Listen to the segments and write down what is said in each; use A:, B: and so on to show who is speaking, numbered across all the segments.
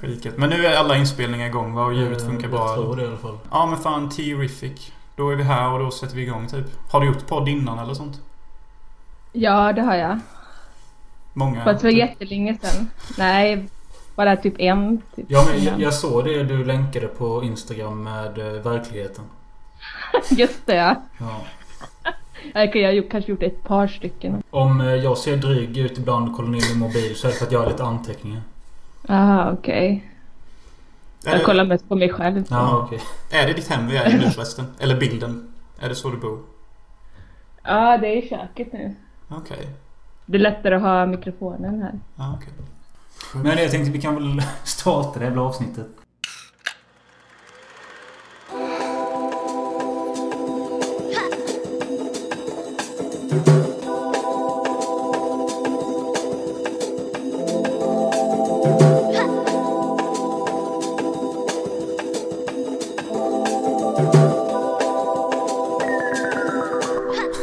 A: Skitgött. Men nu är alla inspelningar igång va? Och ljudet
B: Eh,
A: funkar
B: Jag tror
A: bra.
B: det i alla fall.
A: Ja men fan, terrific. Då är vi här och då sätter vi igång typ. Har du gjort podd innan eller sånt?
C: Ja, det har jag.
A: Många?
C: Fast det var
A: typ.
C: jättelänge sedan. Nej, bara typ en. Typ.
B: Ja, men jag,
C: innan.
B: jag såg det du länkade på Instagram med eh, verkligheten.
C: Just det ja.
B: Ja.
C: Jag kan- jag har gjort- kanske gjort ett par stycken.
B: Om eh, jag ser dryg ut ibland kollar ni min mobil så är det för att jag har lite anteckningar.
C: Aha, Ah, okej. Jag
A: Eller-
C: kollar mest på mig själv.
B: Ja, Ah, okej.
A: Är det ditt hem vi är i nu förresten? Eller bilden? Är det så du bor?
C: Ja, det är i köket nu.
A: Okej.
C: Det är lättare att ha mikrofonen här.
A: Ja, okej.
B: Men jag tänkte vi kan väl starta det här jävla avsnittet.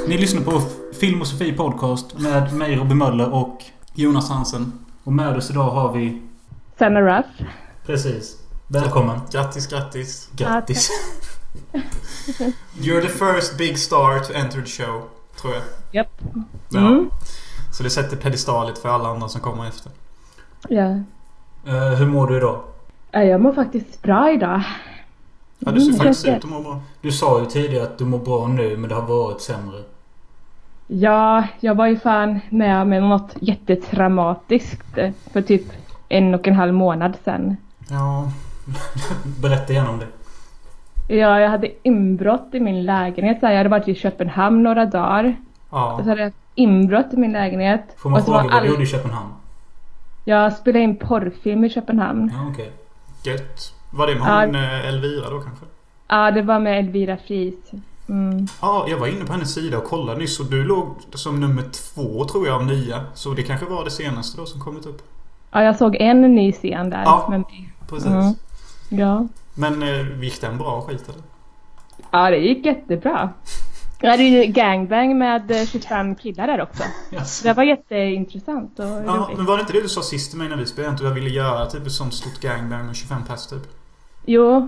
B: Ni lyssnar på Film och Sofie Podcast med mig Robin Möller och
A: Jonas Hansen.
B: Och med oss idag har vi...
C: Sanna Ruff.
B: Precis. Välkommen.
A: Grattis, grattis.
B: Grattis.
A: You're the first big star to enter the show. Tror jag.
C: Japp.
A: Ja.
C: Mm.
A: Så det sätter pedestalet för alla andra som kommer efter.
C: Ja.
B: Eh, hur mår du idag?
C: Ja, Jag mår faktiskt bra idag.
A: Ja, du ser
C: Mm,
A: faktiskt
C: kanske.
A: ut att må bra.
B: Du sa ju tidigare att du mår bra nu men det har varit sämre.
C: Ja, jag var ju fan med om något jättetraumatiskt eh, för typ en och en halv månad sedan.
A: Ja.
B: Berätta igen om det.
C: Ja, jag hade inbrott i min lägenhet. Så här, jag hade varit i Köpenhamn några dagar. Och
A: Ja.
C: så hade jag haft inbrott i min lägenhet.
B: Får man
C: och så
B: fråga
C: var
B: vad du
C: all...
B: gjorde i Köpenhamn?
C: Jag spelade in porrfilm i Köpenhamn.
B: Ja, okej.
A: Gött. Var det med hon eh, Elvira då kanske?
C: Ja, det var med Elvira Fries. Mm.
A: Ja, jag var inne på hennes sida och kollade nyss och du låg som nummer två tror jag av nya. Så det kanske var det senaste då som kommit upp.
C: Ja, jag såg en ny scen där
A: Ja.
C: med mig.
A: Precis.
C: Mm. Ja.
A: Men eh, gick den bra skit eller?
C: ja, det gick jättebra. Jag hade ju gangbang med eh, 25 killar där också. Så
B: Jaså.
C: det var jätteintressant och
A: Ja,
C: roligt.
A: men var det inte det du sa sist till mig när vi spelade? Att jag ville göra typ ett sånt stort gangbang med 25 pers typ?
C: Jo.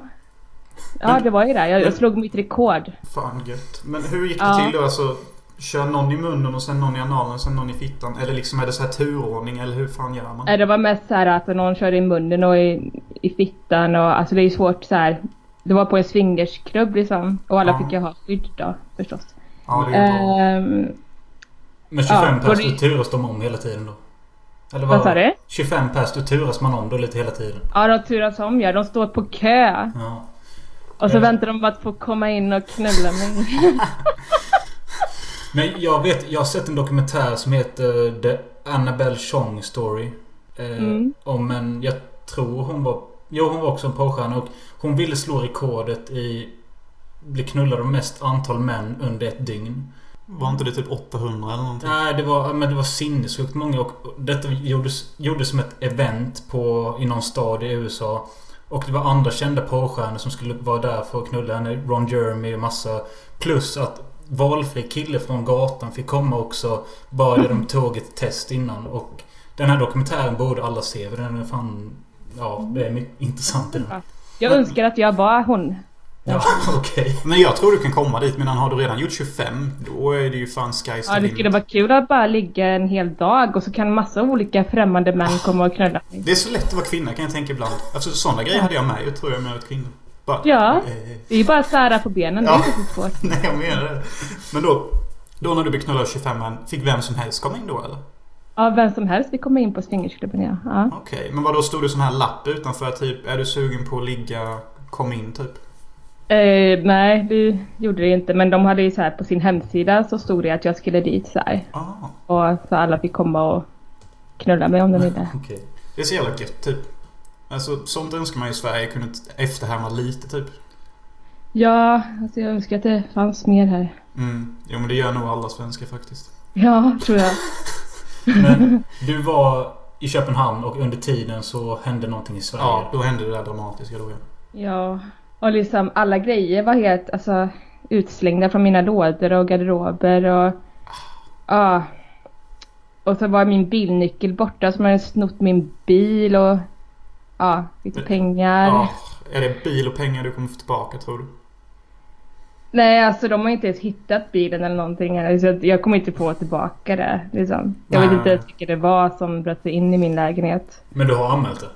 C: Ja,
A: Men-
C: det var ju det. Jag,
A: men-
C: jag slog mitt rekord.
A: Fan gött. Men hur gick det
C: Ja.
A: till då? Alltså, kör någon i munnen och sen någon i analen och sen någon i fittan? Eller liksom är det så här turordning eller hur fan gör man?
C: Nej, Det var mest så här att någon körde i munnen och i, i fittan och alltså det är ju svårt så här. Det var på en swingersklubb liksom och alla
A: Ja.
C: fick ju ha skydd då förstås.
A: Ja, det är bra.
C: Ehm,
B: Men 25
C: Ja,
B: pers,
C: var det-
B: då turas de om hela tiden då? Eller
C: vad sa du?
B: 25 pers, då turas man om då lite hela tiden.
C: Ja, de turas om ja. De står på kö
B: Ja.
C: och så
B: Eh.
C: väntar de på att få komma in och knulla mig.
B: Men jag vet, jag har sett en dokumentär som heter The Annabelle Chong Story. Eh,
C: Mm.
B: Om en, jag tror hon var, jo hon var också en porrstjärna och hon ville slå rekordet i bli knullad av mest antal män under ett dygn.
A: Var inte det typ 800 eller någonting?
B: Nej, det var, men det var sinnessjukt många och detta gjordes, gjordes som ett event på, i någon stad i USA. Och det var andra kända porrstjärnor som skulle vara där för att knulla henne. Ron Jeremy och massa. Plus att valfri kille från gatan fick komma också. Bara det de tog ett test innan. Och den här dokumentären borde alla se för den är fan... Ja, det är mycket intressant i den.
C: Jag önskar att jag var hon.
B: Ja, okej.
A: Men jag tror du kan komma dit, men har du redan gjort 25, då är det ju fan sky's the
C: Ja, det
A: limit.
C: skulle vara kul att bara ligga en hel dag och så kan massa olika främmande män komma och knulla mig.
A: Det är så lätt att vara kvinna kan jag tänka ibland. Alltså sådana grejer hade jag med ju, tror jag, om jag varit kvinna. Bara,
C: Ja.
A: eh,
C: Det är ju bara att sära på benen. Det är
A: Ja.
C: inte så svårt.
A: nej, jag menar det. Men då, då när du blev knullad av 25 man, fick vem som helst komma in då eller?
C: Ja, vem som helst vill komma in på swingersklubben ja. ja.
A: Okej, men vad då stod det sån här lapp utanför typ, är du sugen på att ligga, kom in typ?
C: Eh, nej, det gjorde det inte. Men de hade ju så här på sin hemsida så stod det att jag skulle dit så här.
A: Ah,
C: Och så alla fick komma och knulla mig om de ville.
B: Okej.
A: det är så jävla gött typ. Alltså sånt önskar man ju i Sverige kunde t- efterhärma lite typ.
C: Ja, alltså jag önskar att det fanns mer här.
A: Mm. Jo men det gör nog alla svenskar faktiskt.
C: Ja, tror jag.
B: Men du var i Köpenhamn och under tiden så hände någonting i Sverige.
A: Ja, då hände det där dramatiska då ja.
C: Ja. Och liksom alla grejer var helt alltså, utslängda från mina lådor och garderober och... Ja. Och så var min bilnyckel borta så man hade snott min bil och... ja, lite pengar.
A: Ja, är det bil och pengar du kommer få tillbaka tror du?
C: Nej, alltså de har inte ens hittat bilen eller någonting. än, Så att jag kommer inte få tillbaka det. Liksom. Jag vet
A: Nej.
C: inte ens vilka det var som bröt sig in i min lägenhet.
B: Men du har anmält det?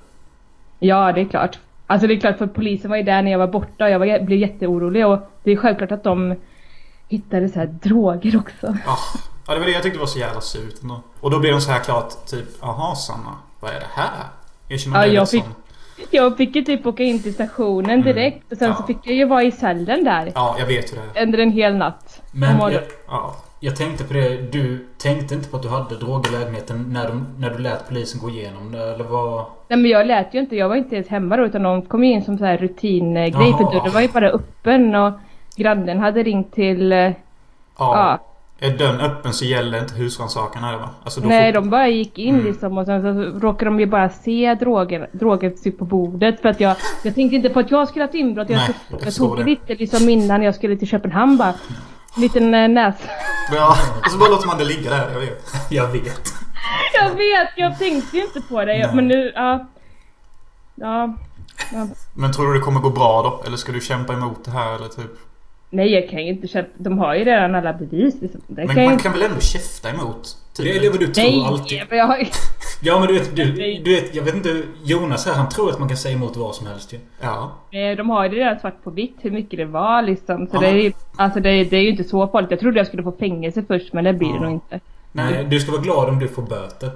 C: Ja, det är klart. Alltså det är klart för polisen var ju där när jag var borta och jag var, blev jätteorolig och det är självklart att de hittade så här droger också.
A: Ah, ja, det var det jag tyckte var så jävla surt ändå. Och då blir de så här klart typ Aha Sanna, vad är det här? Erkänner
C: Ja,
A: det liksom?
C: jag
A: lite
C: fick-
A: som-
C: Jag fick ju typ åka in till stationen direkt och sen så
A: Ja.
C: fick jag ju vara i cellen där
A: Ja, jag vet hur det är.
C: under en hel natt.
B: Men
C: Och
B: jag,
A: Ja.
B: jag tänkte på det. Du tänkte inte på att du hade droger i lägenheten när, de, när du lät polisen gå igenom det? Eller vad...
C: Nej men jag lät ju inte, jag var inte ens hemma då utan de kom ju in som så här rutingrej
B: Jaha.
C: för dörren var ju bara öppen och grannen hade ringt till... eh,
A: Ja.
C: Ja,
A: Är dörren öppen så gäller inte husrannsakan här va? Alltså, då
C: nej
A: får...
C: de bara gick in
A: Mm.
C: liksom och sen så råkade de ju bara se droger, droger typ på bordet för att jag... Jag tänkte inte på att jag skulle ha ett inbrott. Jag,
A: Nej,
C: tog-
A: jag
C: jag
A: förstår
C: tog
A: det.
C: det lite liksom innan jag skulle till Köpenhamn bara. Liten eh, näs...
A: Ja, och så bara låter man det ligga där, jag vet.
B: Jag vet.
C: Jag vet, jag tänkte ju inte på det. Jag,
A: Nej.
C: men nu, ja. Ja. ja.
A: Men tror du det kommer gå bra då? Eller ska du kämpa emot det här eller typ?
C: Nej jag kan ju inte köpa. De har ju redan alla bevis liksom. Det kan
A: Men
C: jag
A: man
C: inte-
A: kan väl ändå käfta emot? typ?
B: Det är det vad du tror alltid.
C: Nej, men jag har...
B: Ja men du vet, du,
C: Nej.
B: du vet, jag vet inte. Jonas här, han tror att man kan säga emot vad som helst ju.
A: Ja.
C: Nej, Eh, De har ju det redan svart på vitt hur mycket det var liksom. Så
A: Ja,
C: det, är
A: men-
C: ju, alltså det, är- det är ju inte så farligt. Jag trodde jag skulle få fängelse först men det blir det
A: Ja.
C: nog inte.
B: Nej, du ska vara glad om du får böter.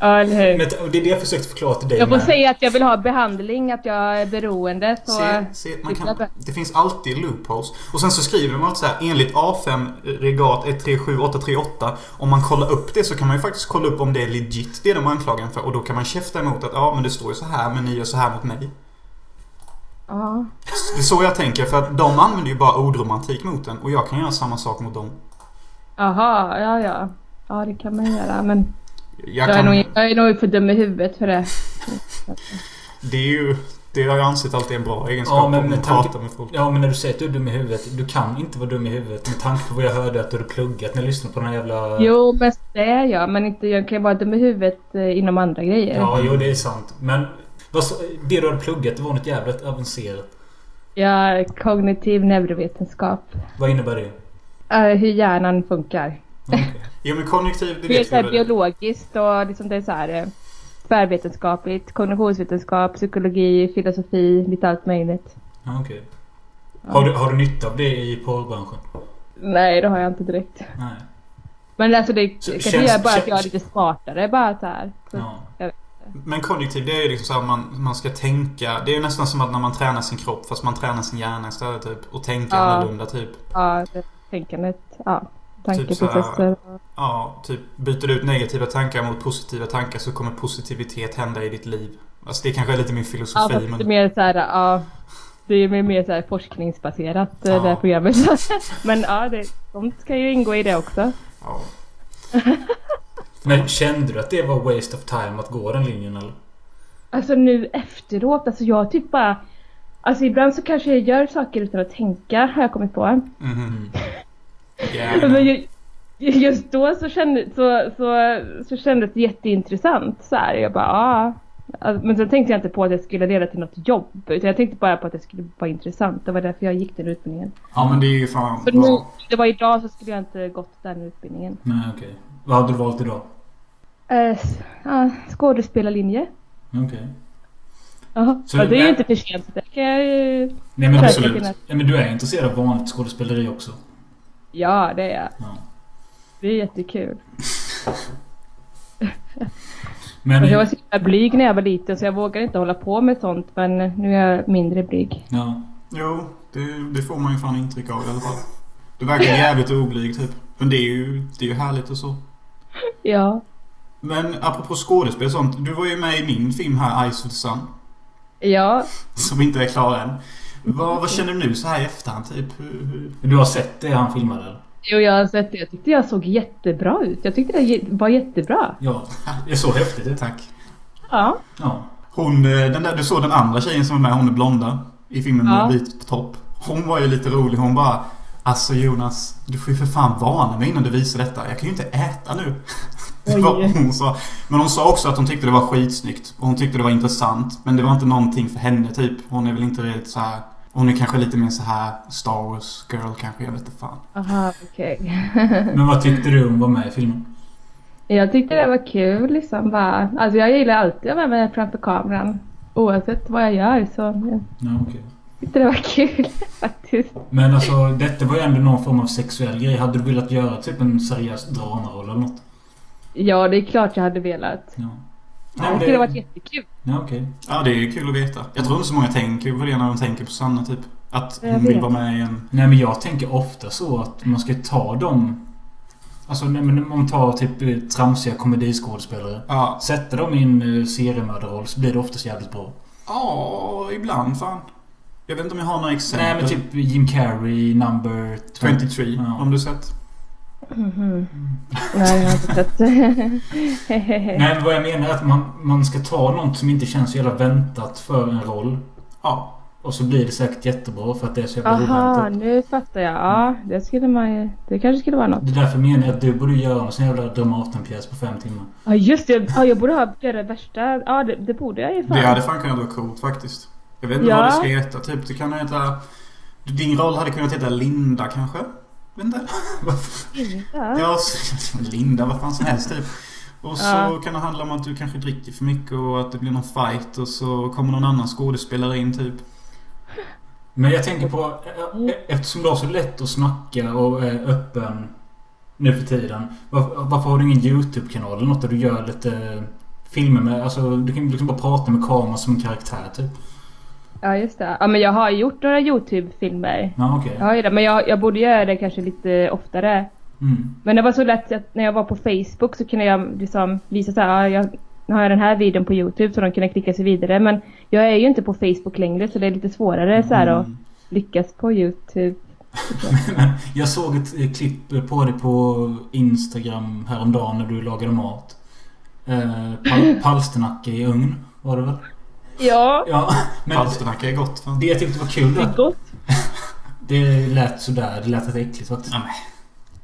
C: Ja, eller hur?
B: Men det är det jag försökte förklara till dig
C: Jag får
B: med.
C: säga att jag vill ha behandling, att jag är beroende så...
A: Se, se, man kan,
C: Ytterligare.
A: det finns alltid loopholes. Och sen så skriver de alltid så här enligt A5 regat 137838. Om man kollar upp det så kan man ju faktiskt kolla upp om det är legit det de anklagar en för. Och då kan man käfta emot att ja men det står ju så här men ni gör så här mot mig.
C: Ja.
A: Det är så jag tänker för att de använder ju bara ordromantik mot en och jag kan göra samma sak mot dem.
C: Jaha, ja ja. Ja det kan man göra men
A: Jag
C: jag, är,
A: kan,
C: nog, jag är nog för dum i huvudet för det.
A: det är ju... Det har jag ansett alltid är en bra egenskap.
B: Ja, men
A: om
B: med
A: man
B: tanke-
A: pratar med folk.
B: Ja, men när du säger att du är dum i huvudet. Du kan inte vara dum i huvudet med tanke på vad jag hörde att du hade pluggat när jag lyssnade på den här jävla...
C: Jo men det är jag men inte, jag kan ju vara dum i huvudet eh, inom andra grejer.
B: Ja, jo det är sant. Men vad, så- det du hade pluggat det var något jävligt avancerat.
C: Ja, kognitiv neurovetenskap.
B: Vad innebär det?
C: Eh, hur hjärnan funkar.
B: Okej.
A: Jo men konjunktiv, det
C: Det är
A: vet
C: så här
A: vi väl.
C: biologiskt och liksom det är så här eh, tvärvetenskapligt, kognitionsvetenskap, psykologi, filosofi, lite allt möjligt.
B: Ja, okej. Har, du, har du nytta av det i porrbranschen?
C: Nej, det har jag inte direkt.
B: Nej.
C: Men alltså det
B: Så
C: kanske
B: känns-
C: gör bara att jag är
B: känns-
C: lite smartare bara så här. Så,
B: Ja.
A: Men konjunktiv, det är ju liksom så här man, man ska tänka. Det är ju nästan som att när man tränar sin kropp fast man tränar sin hjärna istället typ. Och tänka
C: Ja.
A: annorlunda typ.
C: ja, det, tänkandet, ja. Tankeprocesser.
A: Ja, typ byter du ut negativa tankar mot positiva tankar så kommer positivitet hända i ditt liv. Alltså det kanske är lite min
C: Ja,
A: filosofi
C: fast det är
A: men...
C: mer så här, ja. Det är mer- mer så här forskningsbaserat
A: Ja.
C: ja. det här programmet. Men ja, det, de ska ju ingå i det också.
A: Ja.
B: Men kände du att det var waste of time att gå den linjen eller?
C: Alltså nu efteråt, alltså jag typ bara... Alltså ibland så kanske jag gör saker utan att tänka har jag kommit på.
A: Mhm.
B: Mm.
A: Yeah.
C: Men ju- just då så, kände, så, så, så kändes det jätteintressant. Så här. Jag bara ah. Alltså, Men sen tänkte jag inte på att det skulle leda till något jobb. Utan jag tänkte bara på att det skulle vara intressant. Det var därför jag gick den utbildningen.
A: Ja men det är ju fan
C: För nu,
A: bra.
C: det var idag så skulle jag inte gått den utbildningen.
B: Nej, okej. Vad hade du valt idag?
C: Eh, s- ja, skådespelarlinje.
B: Okej.
C: Jaha.
B: Så
C: Ja,
B: du-
C: det är ju inte för sent. Det kan jag ju...
B: Nej men
C: Säkert
B: absolut.
C: finnas.
B: Ja, men du är intresserad av vanligt skådespeleri också?
C: Ja, det är jag.
B: Ja.
C: Det är jättekul.
B: Men...
C: Och jag var så himla blyg när jag var liten så jag vågade inte hålla på med sånt men nu är jag mindre blyg.
B: Ja.
A: Jo, det, det får man ju fan intryck av i alla fall. Du verkar jävligt oblyg typ. Men det är ju, det är ju härligt och så.
C: Ja.
A: Men apropå skådespel och sånt. Du var ju med i min film här, Ice of the Sun.
C: Ja.
A: Som inte är klar än. Vad, vad känner du nu så här i efterhand? Typ? Hur- hur-
B: Du har sett det han filmade? eller?
C: Jo jag har sett det. Jag tyckte jag såg jättebra ut. Jag tyckte det ge- var jättebra.
B: Ja. Det är så häftigt. det.
A: Tack.
C: Ja.
B: Ja.
A: Hon, eh, den där, du såg den andra tjejen som var med, hon är blonda. I filmen
C: Ja.
A: med vit topp. Hon var ju lite rolig. Hon bara Alltså Jonas, du får ju för fan varna mig innan du visar detta. Jag kan ju inte äta nu. Det var vad hon sa. Men hon sa också att hon tyckte det var skitsnyggt. Och hon tyckte det var intressant. Men det var inte någonting för henne typ. Hon är väl inte riktigt så här. Hon är kanske lite mer så här Star Wars girl kanske. Jag vet inte fan.
C: Aha, okej.
B: Men vad tyckte du om var med i filmen?
C: Jag tyckte det var kul liksom bara. Alltså jag gillar alltid att vara med framför kameran. Oavsett vad jag gör så jag
B: Ja, okej.
C: tyckte det var kul faktiskt.
B: Men alltså detta var ju ändå någon form av sexuell grej. Hade du velat göra typ en seriös dramaroll eller något?
C: Ja, det är klart jag hade velat.
B: Ja.
C: Jag tyckte det var jättekul.
B: Ja, okej.
A: Ja, det är kul att veta. Jag tror inte så många tänker på det när de tänker på Sanna typ. Att
C: Jag
A: hon vill
C: vet.
A: vara med i en...
B: Nej men jag tänker ofta så att man ska ta dem... Alltså nej, men om man tar typ eh, tramsiga komediskådespelare.
A: Ja.
B: Sätter dem i en eh, seriemördarroll så blir det oftast jävligt bra.
A: Ja, ibland fan. Jag vet inte om jag har några exempel.
B: Nej men typ Jim Carrey, number 20.
A: 23,
B: Ja.
A: om du sett.
C: Mhm. Nej, jag har inte sett.
B: Nej men vad jag menar är att man, man ska ta något som inte känns så jävla väntat för en roll.
A: Ja.
B: Och så blir det säkert jättebra för att det är så jävla
C: Aha,
B: oväntat.
C: nu fattar jag. Ja, det skulle man ju... Det kanske skulle vara något.
B: Det är därför menar jag att du borde göra en sån jävla Dramatenpjäs på fem timmar.
C: Ja, just det. Ja, jag borde ha göra det värsta. Ja, det, det borde jag ju fan.
A: Det hade fan kunnat vara coolt faktiskt. Jag vet inte
C: Typ Ja.
A: vad det ska heta typ. Det kan heta... Din roll hade kunnat heta Linda kanske? Vet inte.
C: Inte.
A: Ja, så- Linda, vad fan som helst typ. Och så
C: Ja.
A: kan det handla om att du kanske dricker för mycket och att det blir någon fight och så kommer någon annan skådespelare in typ.
B: Men jag tänker på, eh, eh, eftersom du har så lätt att snacka och är öppen nu för tiden. Varför, varför har du ingen YouTube-kanal eller något där du gör lite eh, filmer med, alltså du kan ju liksom bara prata med kameran som en karaktär typ.
C: Ja, just det. Ja, men jag har ju gjort några YouTube-filmer.
B: Ja, okej.
C: Jag har ju det, men jag, jag borde göra det kanske lite oftare.
B: Mm.
C: Men det var så lätt att när jag var på Facebook så kunde jag liksom visa så här, ja, jag nu har jag den här videon på YouTube så de kunde klicka sig vidare. Men jag är ju inte på Facebook längre så det är lite svårare så här att
A: Mm.
C: lyckas på YouTube.
B: Men jag såg ett eh, klipp på dig på Instagram häromdagen när du lagade mat. Eh, pal- palsternacka i ugn var det väl?
C: Ja,
B: Ja, men
A: Palsternacka är gott fan.
B: det jag tyckte var kul
C: det är
B: var att
C: gott.
B: det lät sådär. Det lät lite äckligt faktiskt.
A: Ja,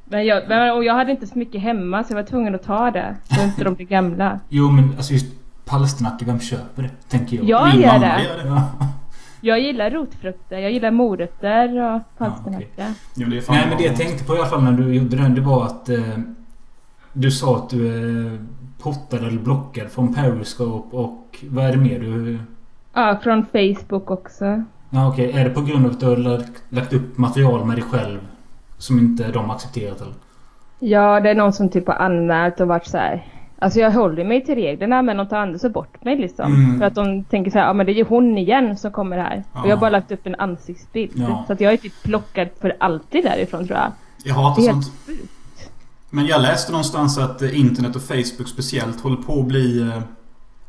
C: Men jag, men, och jag hade inte så mycket hemma så jag var tvungen att ta det. Så inte de blir gamla.
B: Jo men alltså just palsternacka, vem köper det? Tänker jag.
C: Jag
A: Min
C: gör
A: mamma
C: det.
A: gör det.
B: Ja.
C: Jag gillar rotfrukter, jag gillar morötter och palsternacka.
A: Jo, det är fan
B: Nej men det jag
A: bra.
B: tänkte på i alla fall när du gjorde den, det var att eh, du sa att du är portad eller blockad från Periscope och vad är det mer du...
C: Ja, från Facebook också.
B: Ja okej, är det på grund av att du har lagt, lagt upp material med dig själv som inte de accepterat eller?
C: Ja, det är någon som typ har anmält och varit så här. Alltså jag håller mig till reglerna men de tar ändå så bort mig liksom.
A: Mm.
C: För att de tänker så här, ja men det är ju hon igen som kommer här. Och jag har
A: Ja.
C: bara lagt upp en ansiktsbild.
B: Ja.
C: Så att jag är typ plockad för alltid därifrån tror jag.
A: Jag hatar
C: Det är
A: sånt. Men jag läste någonstans att eh, internet och Facebook speciellt håller på att bli... eh,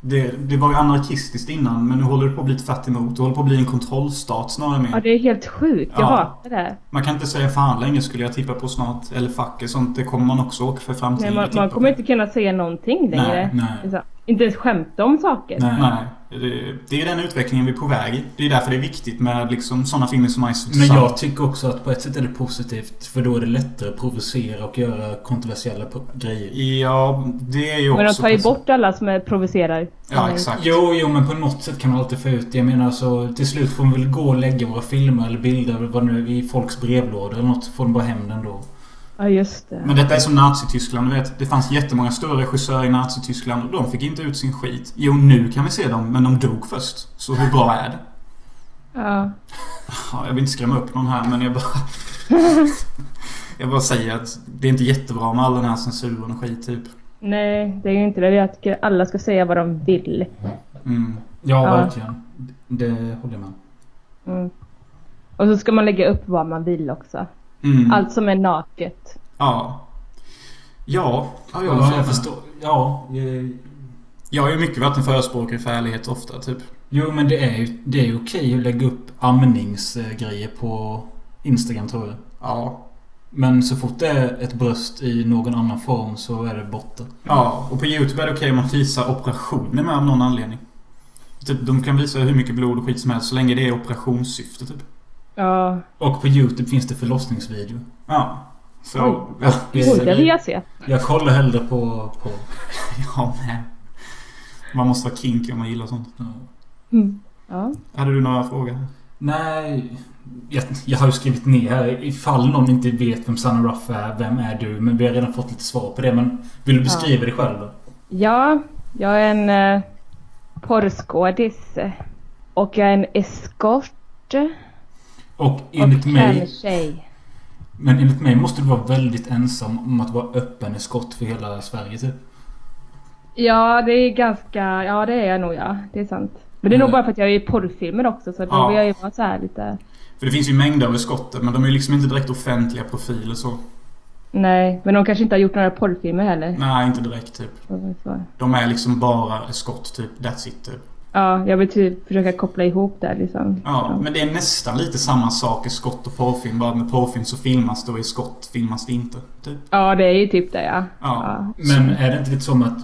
A: Det, det var ju anarkistiskt innan men nu håller det på att bli tvärt emot. Det håller på att bli en kontrollstat snarare
C: Ja
A: mer.
C: det är helt sjukt, jag
A: Ja.
C: hatar det.
A: Man kan inte säga fan länge skulle jag tippa på snart. Eller fuck och sånt. Det kommer man också åka för i
C: Nej,
A: framtiden.
C: man,
A: att tippa
C: man
A: på.
C: kommer inte kunna säga någonting
A: typ Nej,
C: längre.
B: Nej.
C: Liksom. Inte ens skämta om saker.
B: Nej.
A: Nej. Det, det är den utvecklingen vi är på väg i. Det är därför det är viktigt med liksom sådana filmer som Ice
B: Men jag tycker också att på ett sätt är det positivt för då är det lättare att provocera och göra kontroversiella po- grejer.
A: Ja, det är ju också...
C: Men de tar ju
A: precis-
C: bort alla som är provocerar. Mm.
A: Ja, exakt.
B: Jo, jo, men på något sätt kan man alltid få ut det. Jag menar så till slut får man väl gå och lägga våra filmer eller bilder eller vad nu i folks brevlådor eller något så får de bara hem den då.
C: Ja just det.
A: Men detta är som Nazityskland, du vet. Det fanns jättemånga stora regissörer i Nazityskland och de fick inte ut sin skit. Jo, nu kan vi se dem, men de dog först. Så hur bra är det?
C: Ja.
A: Ja, jag vill inte skrämma upp någon här, men jag bara... jag bara säger att det är inte jättebra med all den här censuren och skit, typ.
C: Nej, det är ju inte det. Jag tycker alla ska säga vad de vill.
A: Mm.
B: Ja,
C: Ja.
B: verkligen. Det håller jag med om.
C: Mm. Och så ska man lägga upp vad man vill också.
A: Mm.
C: Allt som är naket.
A: Ja. Ja, ja, jag,
B: Ja, Alltså, jag förstår. Ja. eh,
A: Jag har ju mycket varit en förespråkare för ärlighet ofta, typ.
B: Jo, men det är ju, det är ju okej att lägga upp amningsgrejer på Instagram tror jag.
A: Ja.
B: Men så fort det är ett bröst i någon annan form så är det borta.
A: Ja, och på YouTube är det okej om man visar operationer med av någon anledning. Typ, de kan visa hur mycket blod och skit som helst så länge det är operationssyfte, typ.
C: Ja.
B: Och på YouTube finns det förlossningsvideo.
A: Ja. Så,
B: Ja,
C: Oj, det vill jag se.
B: Jag kollar hellre på... på
A: ja men. Man måste vara kinky om man gillar sånt.
B: ja.
C: Mm. Ja.
A: Hade du några frågor?
B: Nej, jag, jag har ju skrivit ner här ifall någon inte vet vem Sanna Ruff är. Vem är du? Men vi har redan fått lite svar på det. Men vill du beskriva dig själv då?
C: Ja, jag är en eh, porrskådis. Och jag är en eskort.
B: Och enligt
C: och
B: mig...
C: tjej.
B: Men enligt mig måste du vara väldigt ensam om att vara öppen i skott för hela Sverige typ.
C: Ja, det är ganska... Ja, det är jag nog ja. Det är sant. Men det är nog
B: Mm.
C: bara för att jag är i porrfilmer också så då
A: Ja.
C: vill jag ju vara så här lite...
A: För det finns ju mängder av skotter men de är ju liksom inte direkt offentliga profiler så.
C: Nej, men de kanske inte har gjort några porrfilmer heller.
A: Nej, inte direkt typ.
C: Så.
A: De är liksom bara skott typ. That's it typ.
C: Ja, jag vill typ försöka koppla ihop där liksom.
A: Ja, men det är nästan lite samma sak i skott och porrfilm. Bara att med porrfilm så filmas det och i skott filmas det inte. Typ.
C: Ja, det är ju typ det ja.
A: Ja.
B: Men är det inte lite som att...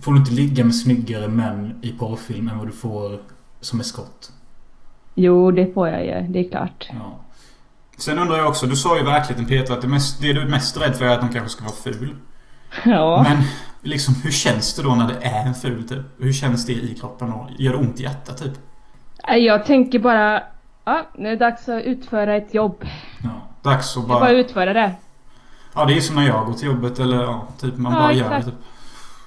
B: Får du inte ligga med snyggare män i porrfilm än vad du får som är skott?
C: Jo, det får jag ju. Det är klart.
B: Ja.
A: Sen undrar jag också, du sa ju verkligen Peter att det, mest, det du är mest rädd för är att de kanske ska vara ful.
C: Ja.
A: Men liksom hur känns det då när det är en ful typ? Hur känns det i kroppen då? Gör det ont i hjärtat typ?
C: Nej, Jag tänker bara... Ja, nu är det dags att utföra ett jobb.
B: ja.
A: Dags att
C: Det är bara att
A: bara...
C: utföra det.
A: Ja, det är som när jag går till jobbet eller ja, typ man
C: Ja,
A: bara gör det
C: exakt.
A: typ.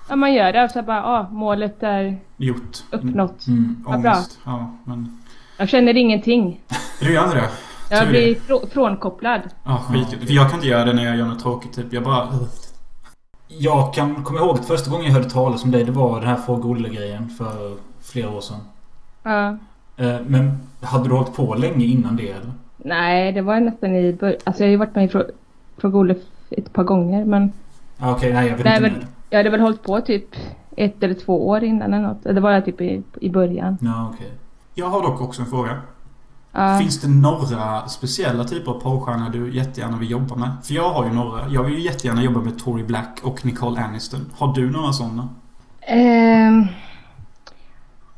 C: Ja, man gör det och så bara, ja, målet är
A: Gjort.
C: uppnått.
B: Mm.
C: Vad bra.
A: Ångest. Ja, men...
C: Jag känner ingenting.
A: Du gör inte det?
C: Jag
A: Tur
C: blir frå- frånkopplad.
A: Ja, skit. För jag kan inte göra det när jag gör något tråkigt typ. Jag bara...
B: Jag kan komma ihåg att första gången jag hörde talas om dig det var den här Fråga Olle-grejen för flera år sedan.
C: Ja.
B: Eh, Men hade du hållit på länge innan det eller?
C: Nej, det var nästan i början. Alltså jag har ju varit med i Frå- Fråga Olle ett par gånger men
B: Ja, Ah, Okej, nej jag vet
C: Nej,
B: inte.
C: men-
B: mer.
C: jag hade väl hållit på typ ett eller två år innan eller något. Det var jag typ i, i början.
B: Ja, okej.
A: Jag har dock också en fråga.
C: Ja.
A: Finns det några speciella typer av porrstjärnor du jättegärna vill jobba med? För jag har ju några. Jag vill ju jättegärna jobba med Tori Black och Nicole Aniston. Har du några sådana?
C: Ehm,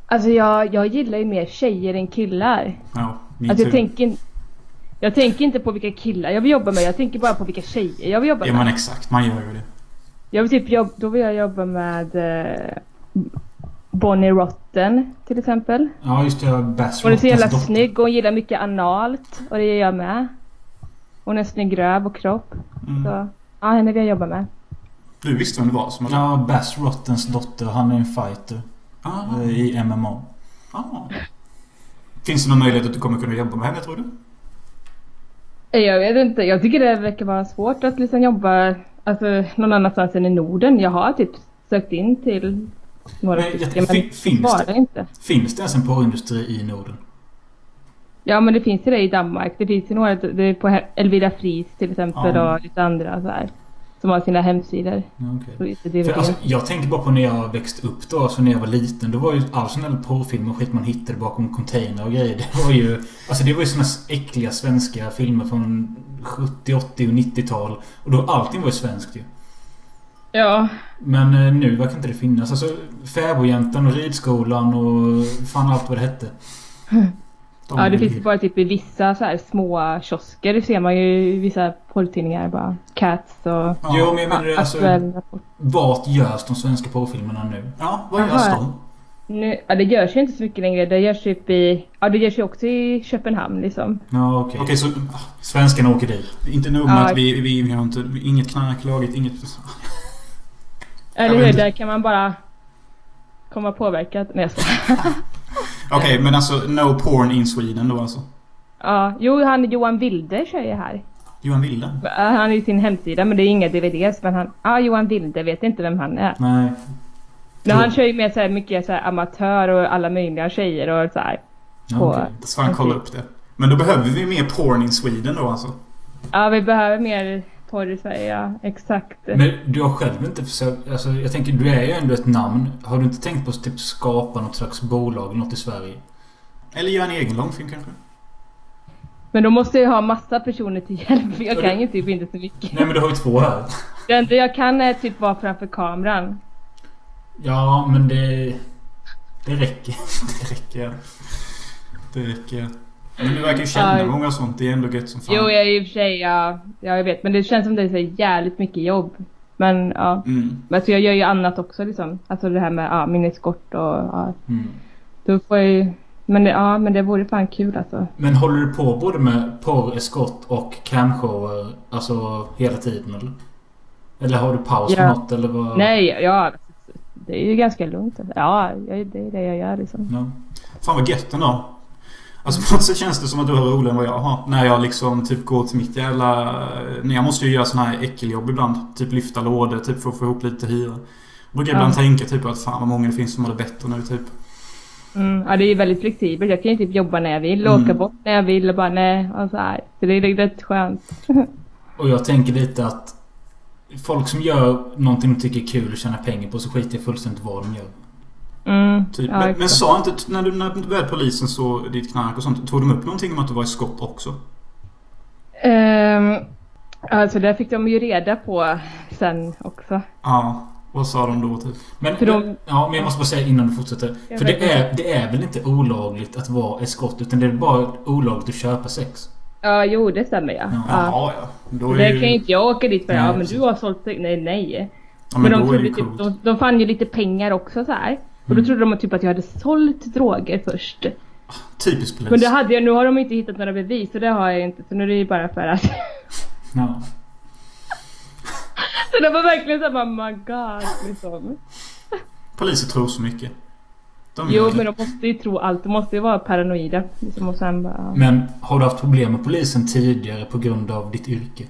C: alltså jag, jag gillar ju mer tjejer än killar.
A: Ja, min
C: Alltså jag
A: tur.
C: tänker, in- jag tänker inte på vilka killar jag vill jobba med. Jag tänker bara på vilka tjejer jag vill jobba
A: Ja
C: med.
A: men exakt, man gör ju det.
C: Jag vill typ jobb, då vill jag jobba med eh, Bonnie Rotten till exempel.
B: Ja, just det. jag har Bass
C: Hon är så jävla
B: Rottens dotter.
C: snygg och hon gillar mycket analt. Och det gör jag med. Hon är en snygg röv och kropp.
A: Mm.
C: Så ja, henne vill jag jobba med.
A: Du visste vem det var som hade...
B: Ja, Bass Rottens dotter. Han är en fighter
A: Ah,
B: eh, i MMA.
A: ah. Finns det någon möjlighet att du kommer kunna jobba med henne tror du?
C: Eh, Jag vet inte. Jag tycker det verkar vara svårt att liksom jobba alltså, någon annanstans än i Norden. Jag har typ sökt in till några
B: Men, jag,
C: stycken,
B: fin, finns,
C: bara
B: det,
C: inte.
B: finns det ens en porrindustri i Norden?
C: Ja men det finns ju det i Danmark. Det finns ju några, det är på he- Elvira Fries till exempel
B: Ja.
C: och lite andra så här. Som har sina hemsidor.
B: Ja, okej.
C: Och lite
B: För,
C: DVD.
B: alltså, jag tänker bara på när jag växte upp då, alltså när jag var liten. Då var ju all sån här porrfilm och skit man hittade bakom container och grejer. Det var ju... Alltså det var ju såna äckliga svenska filmer från 70, 80 och 90-tal. Och då allting var ju svenskt ju.
C: Ja.
B: Men eh, nu verkar inte det finnas. Alltså Fäbodjäntan och Ridskolan och fan allt vad det hette.
A: De
C: ja det
A: vill
C: finns
A: ju-
C: ju bara typ i vissa så här små kiosker. Det ser man ju i vissa porrtidningar bara. Cats och
A: Ja.
B: Jo, men jag
C: Ah,
B: menar alltså...
C: Aktuell Rapport.
B: Vart görs de svenska porrfilmerna nu?
A: Ja, vad görs
C: Aha.
A: de?
C: Nu, ja, det görs ju inte så mycket längre. Det görs typ i... Ja det görs ju också i Köpenhamn liksom.
B: Ja, okej.
A: Okej, så ah,
B: Svenskarna åker dit.
A: inte nog med
C: Ja.
A: att vi, vi, vi har inte... Inget knarklagligt, inget...
C: Eller
A: Jag
C: hur?
A: vet inte.
C: Där kan man bara komma påverkad. Nej jag skojar.
A: Okej, men alltså no porn in Sweden då alltså?
C: Ja, jo han Johan Wilde kör ju här.
A: Johan Wilde?
C: Ja, Han är ju sin hemsida men det är inga DVDs. Men han, ah, Johan Wilde vet inte vem han är.
B: Nej.
C: Men han kör ju med så här mycket så här amatör och alla möjliga tjejer och så här.
B: Ja,
C: På-
B: okej.
A: Så fan kolla upp det. Men då behöver vi mer porn in Sweden då alltså?
C: Ja vi behöver mer porr i Sverige, ja exakt.
B: Men du har själv inte försökt... Alltså jag tänker, du är ju ändå ett namn. Har du inte tänkt på att typ skapa något slags bolag eller något i Sverige?
A: Eller göra en egen långfilm kanske?
C: Men då måste jag ha massa personer till hjälp för jag kan ju typ inte så mycket.
B: Nej men du har ju två här.
C: Det enda jag kan är typ vara framför kameran.
B: Ja, men det... Det räcker.
A: Det räcker. Det räcker. Men du verkar ju känna
C: Ja.
A: många och sånt. Det är ändå gött som fan.
C: Jo, jag, i och för sig, ja, ja, jag vet. Men det känns som det är så jävligt mycket jobb. Men ja.
A: Mm.
C: Men alltså, jag gör ju annat också liksom. Alltså det här med ja, min eskort och ja.
B: Mm.
C: Då får jag ju... Men det, ja, men det vore fan kul alltså.
B: Men håller du på både med porr, eskort och camshower alltså hela tiden eller? Eller har du paus
C: Ja.
B: för något eller vad?
C: Nej, ja. Det är ju ganska lugnt. Alltså. Ja, jag, det är det jag gör liksom.
B: Ja.
A: Fan vad gött ändå. Alltså på något sätt känns det som att du har roligare än vad jag har. När jag liksom typ går till mitt jävla... Nej, jag måste ju göra såna här äckeljobb ibland. Typ lyfta lådor, typ för att få ihop lite hyra. Då brukar jag ibland
C: Ja.
A: tänka typ att fan vad många det finns som har det bättre nu typ.
C: Mm, ja, det är ju väldigt flexibelt. Jag kan ju typ jobba när jag vill och
A: Mm.
C: åka bort när jag vill och bara nej. Och så, här. så det är rätt skönt.
B: Och jag tänker lite att folk som gör någonting de tycker är kul och tjänar pengar på så skiter jag fullständigt vad de gör.
C: Mm,
A: typ.
C: ja,
A: men, men
C: exakt.
A: sa inte... När du, när du väl polisen såg ditt knark och sånt. Tog de upp någonting om att du var i skott också?
C: Ehm, alltså det fick de ju reda på sen också.
A: Ja. Vad sa de då typ?
B: Men,
C: För de-
B: ja, men jag måste bara säga innan du fortsätter.
C: Jag
B: för
C: vet
B: det är, det är väl inte olagligt att vara eskort utan det är bara olagligt att köpa sex?
C: Ja, jo det stämmer ja.
B: Ja.
C: ja.
A: Jaha, ja. Då är
C: Det
A: ju...
C: kan ju inte jag åka dit för.
B: Nej,
C: Ja, men
B: precis.
C: du har sålt sex. Nej, nej.
A: ja,
C: men
A: men
C: de,
A: då är det
C: trodde
A: ju
C: typ,
A: coolt.
C: de, de fann ju lite pengar också så här. Och då
B: Mm.
C: trodde de typ att jag hade sålt droger först.
A: Typiskt polis.
C: Men det hade jag, nu har de inte hittat några bevis så det har jag inte. Så nu är det ju bara för att...
B: Mm. Ja.
C: så det var verkligen såhär, my god liksom.
A: Poliser tror så mycket. De
C: Jo
A: gör det.
C: men de måste ju tro allt, de måste ju vara paranoida. Liksom, och sen bara,
B: Men har du haft problem med polisen tidigare på grund av ditt yrke?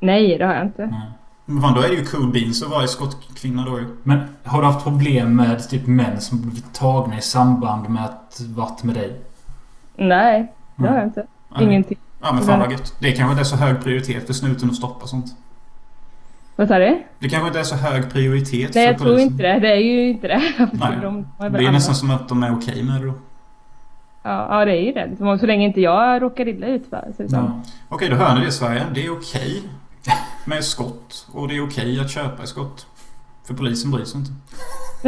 C: Nej det har jag inte.
B: Nej.
A: Men fan, då är det ju cool beans att vara i skottkvinna då ju.
B: Men har du haft problem med typ män som blivit tagna i samband med att varit med dig? Mm.
C: Nej det
A: Mm.
C: har jag inte.
A: Ja,
C: Ingenting.
A: Ja men fan vad gött. Det kanske inte är så hög prioritet för snuten att stoppa sånt.
C: Vad sa du?
A: Det kanske inte är så hög prioritet
C: Nej
A: för
C: jag tror inte det, det är ju inte det.
A: Nej.
C: de, har
A: Det
C: väl
A: är
C: annat.
A: nästan som att de är okej med det då.
C: ja, ja det är ju det. Liksom, och Så länge inte jag råkar illa ut för så liksom.
B: Ja.
A: Okej, då hör ni det i Sverige. Det är okej med skott. Och det är okej att köpa skott. För polisen bryr sig inte.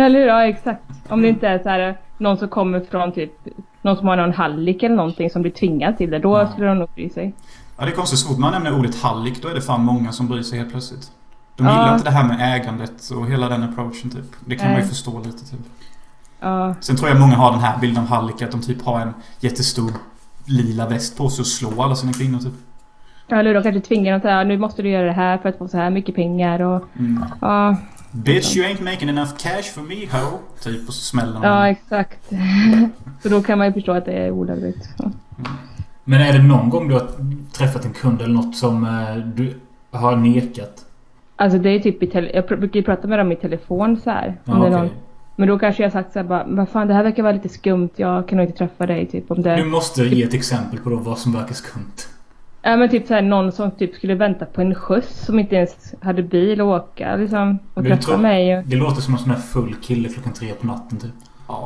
C: Eller hur? Ja exakt. Om det inte är så här eh, någon som kommer från typ någon som har någon hallick eller någonting som blir tvingad till det. Då
B: Ja.
C: skulle de nog bry sig.
A: Ja, det är konstigt. Så fort man nämner ordet hallick, då är det fan många som bryr sig helt plötsligt. De
C: Ja.
A: gillar inte det här med ägandet och hela den approachen typ. Det kan man ju
C: Nej.
A: förstå lite typ.
C: Ja.
A: Sen tror jag många har den här bilden av hallick, att de typ har en jättestor lila väst på sig och slår alla sina kvinnor typ.
C: Ja, Eller de kanske tvingar dem så här, nu måste du göra det här för att få så här mycket pengar och
A: Mm.
C: ja,
A: Bitch you ain't making enough cash for me ho. Typ och så smäller
C: ja
A: man.
C: exakt. så då kan man ju förstå att det är olagligt.
B: Men är det någon gång du har träffat en kund eller något som eh, du har nekat?
C: Alltså det är typ i tele- jag pr- brukar ju prata med dem i telefon så här.
B: Ja,
C: om det är
B: okej.
C: någon- Men då kanske jag har sagt så här bara, vad fan det här verkar vara lite skumt, jag kan nog inte träffa dig typ om det.
B: Du måste ge ett exempel på då vad som verkar skumt.
C: Ja men typ så här någon som typ skulle vänta på en skjuts som inte ens hade bil att åka liksom. Och
B: Men jag
C: träffa
B: tror-
C: mig. Och...
B: Det låter som en sån här full kille klockan tre på natten typ.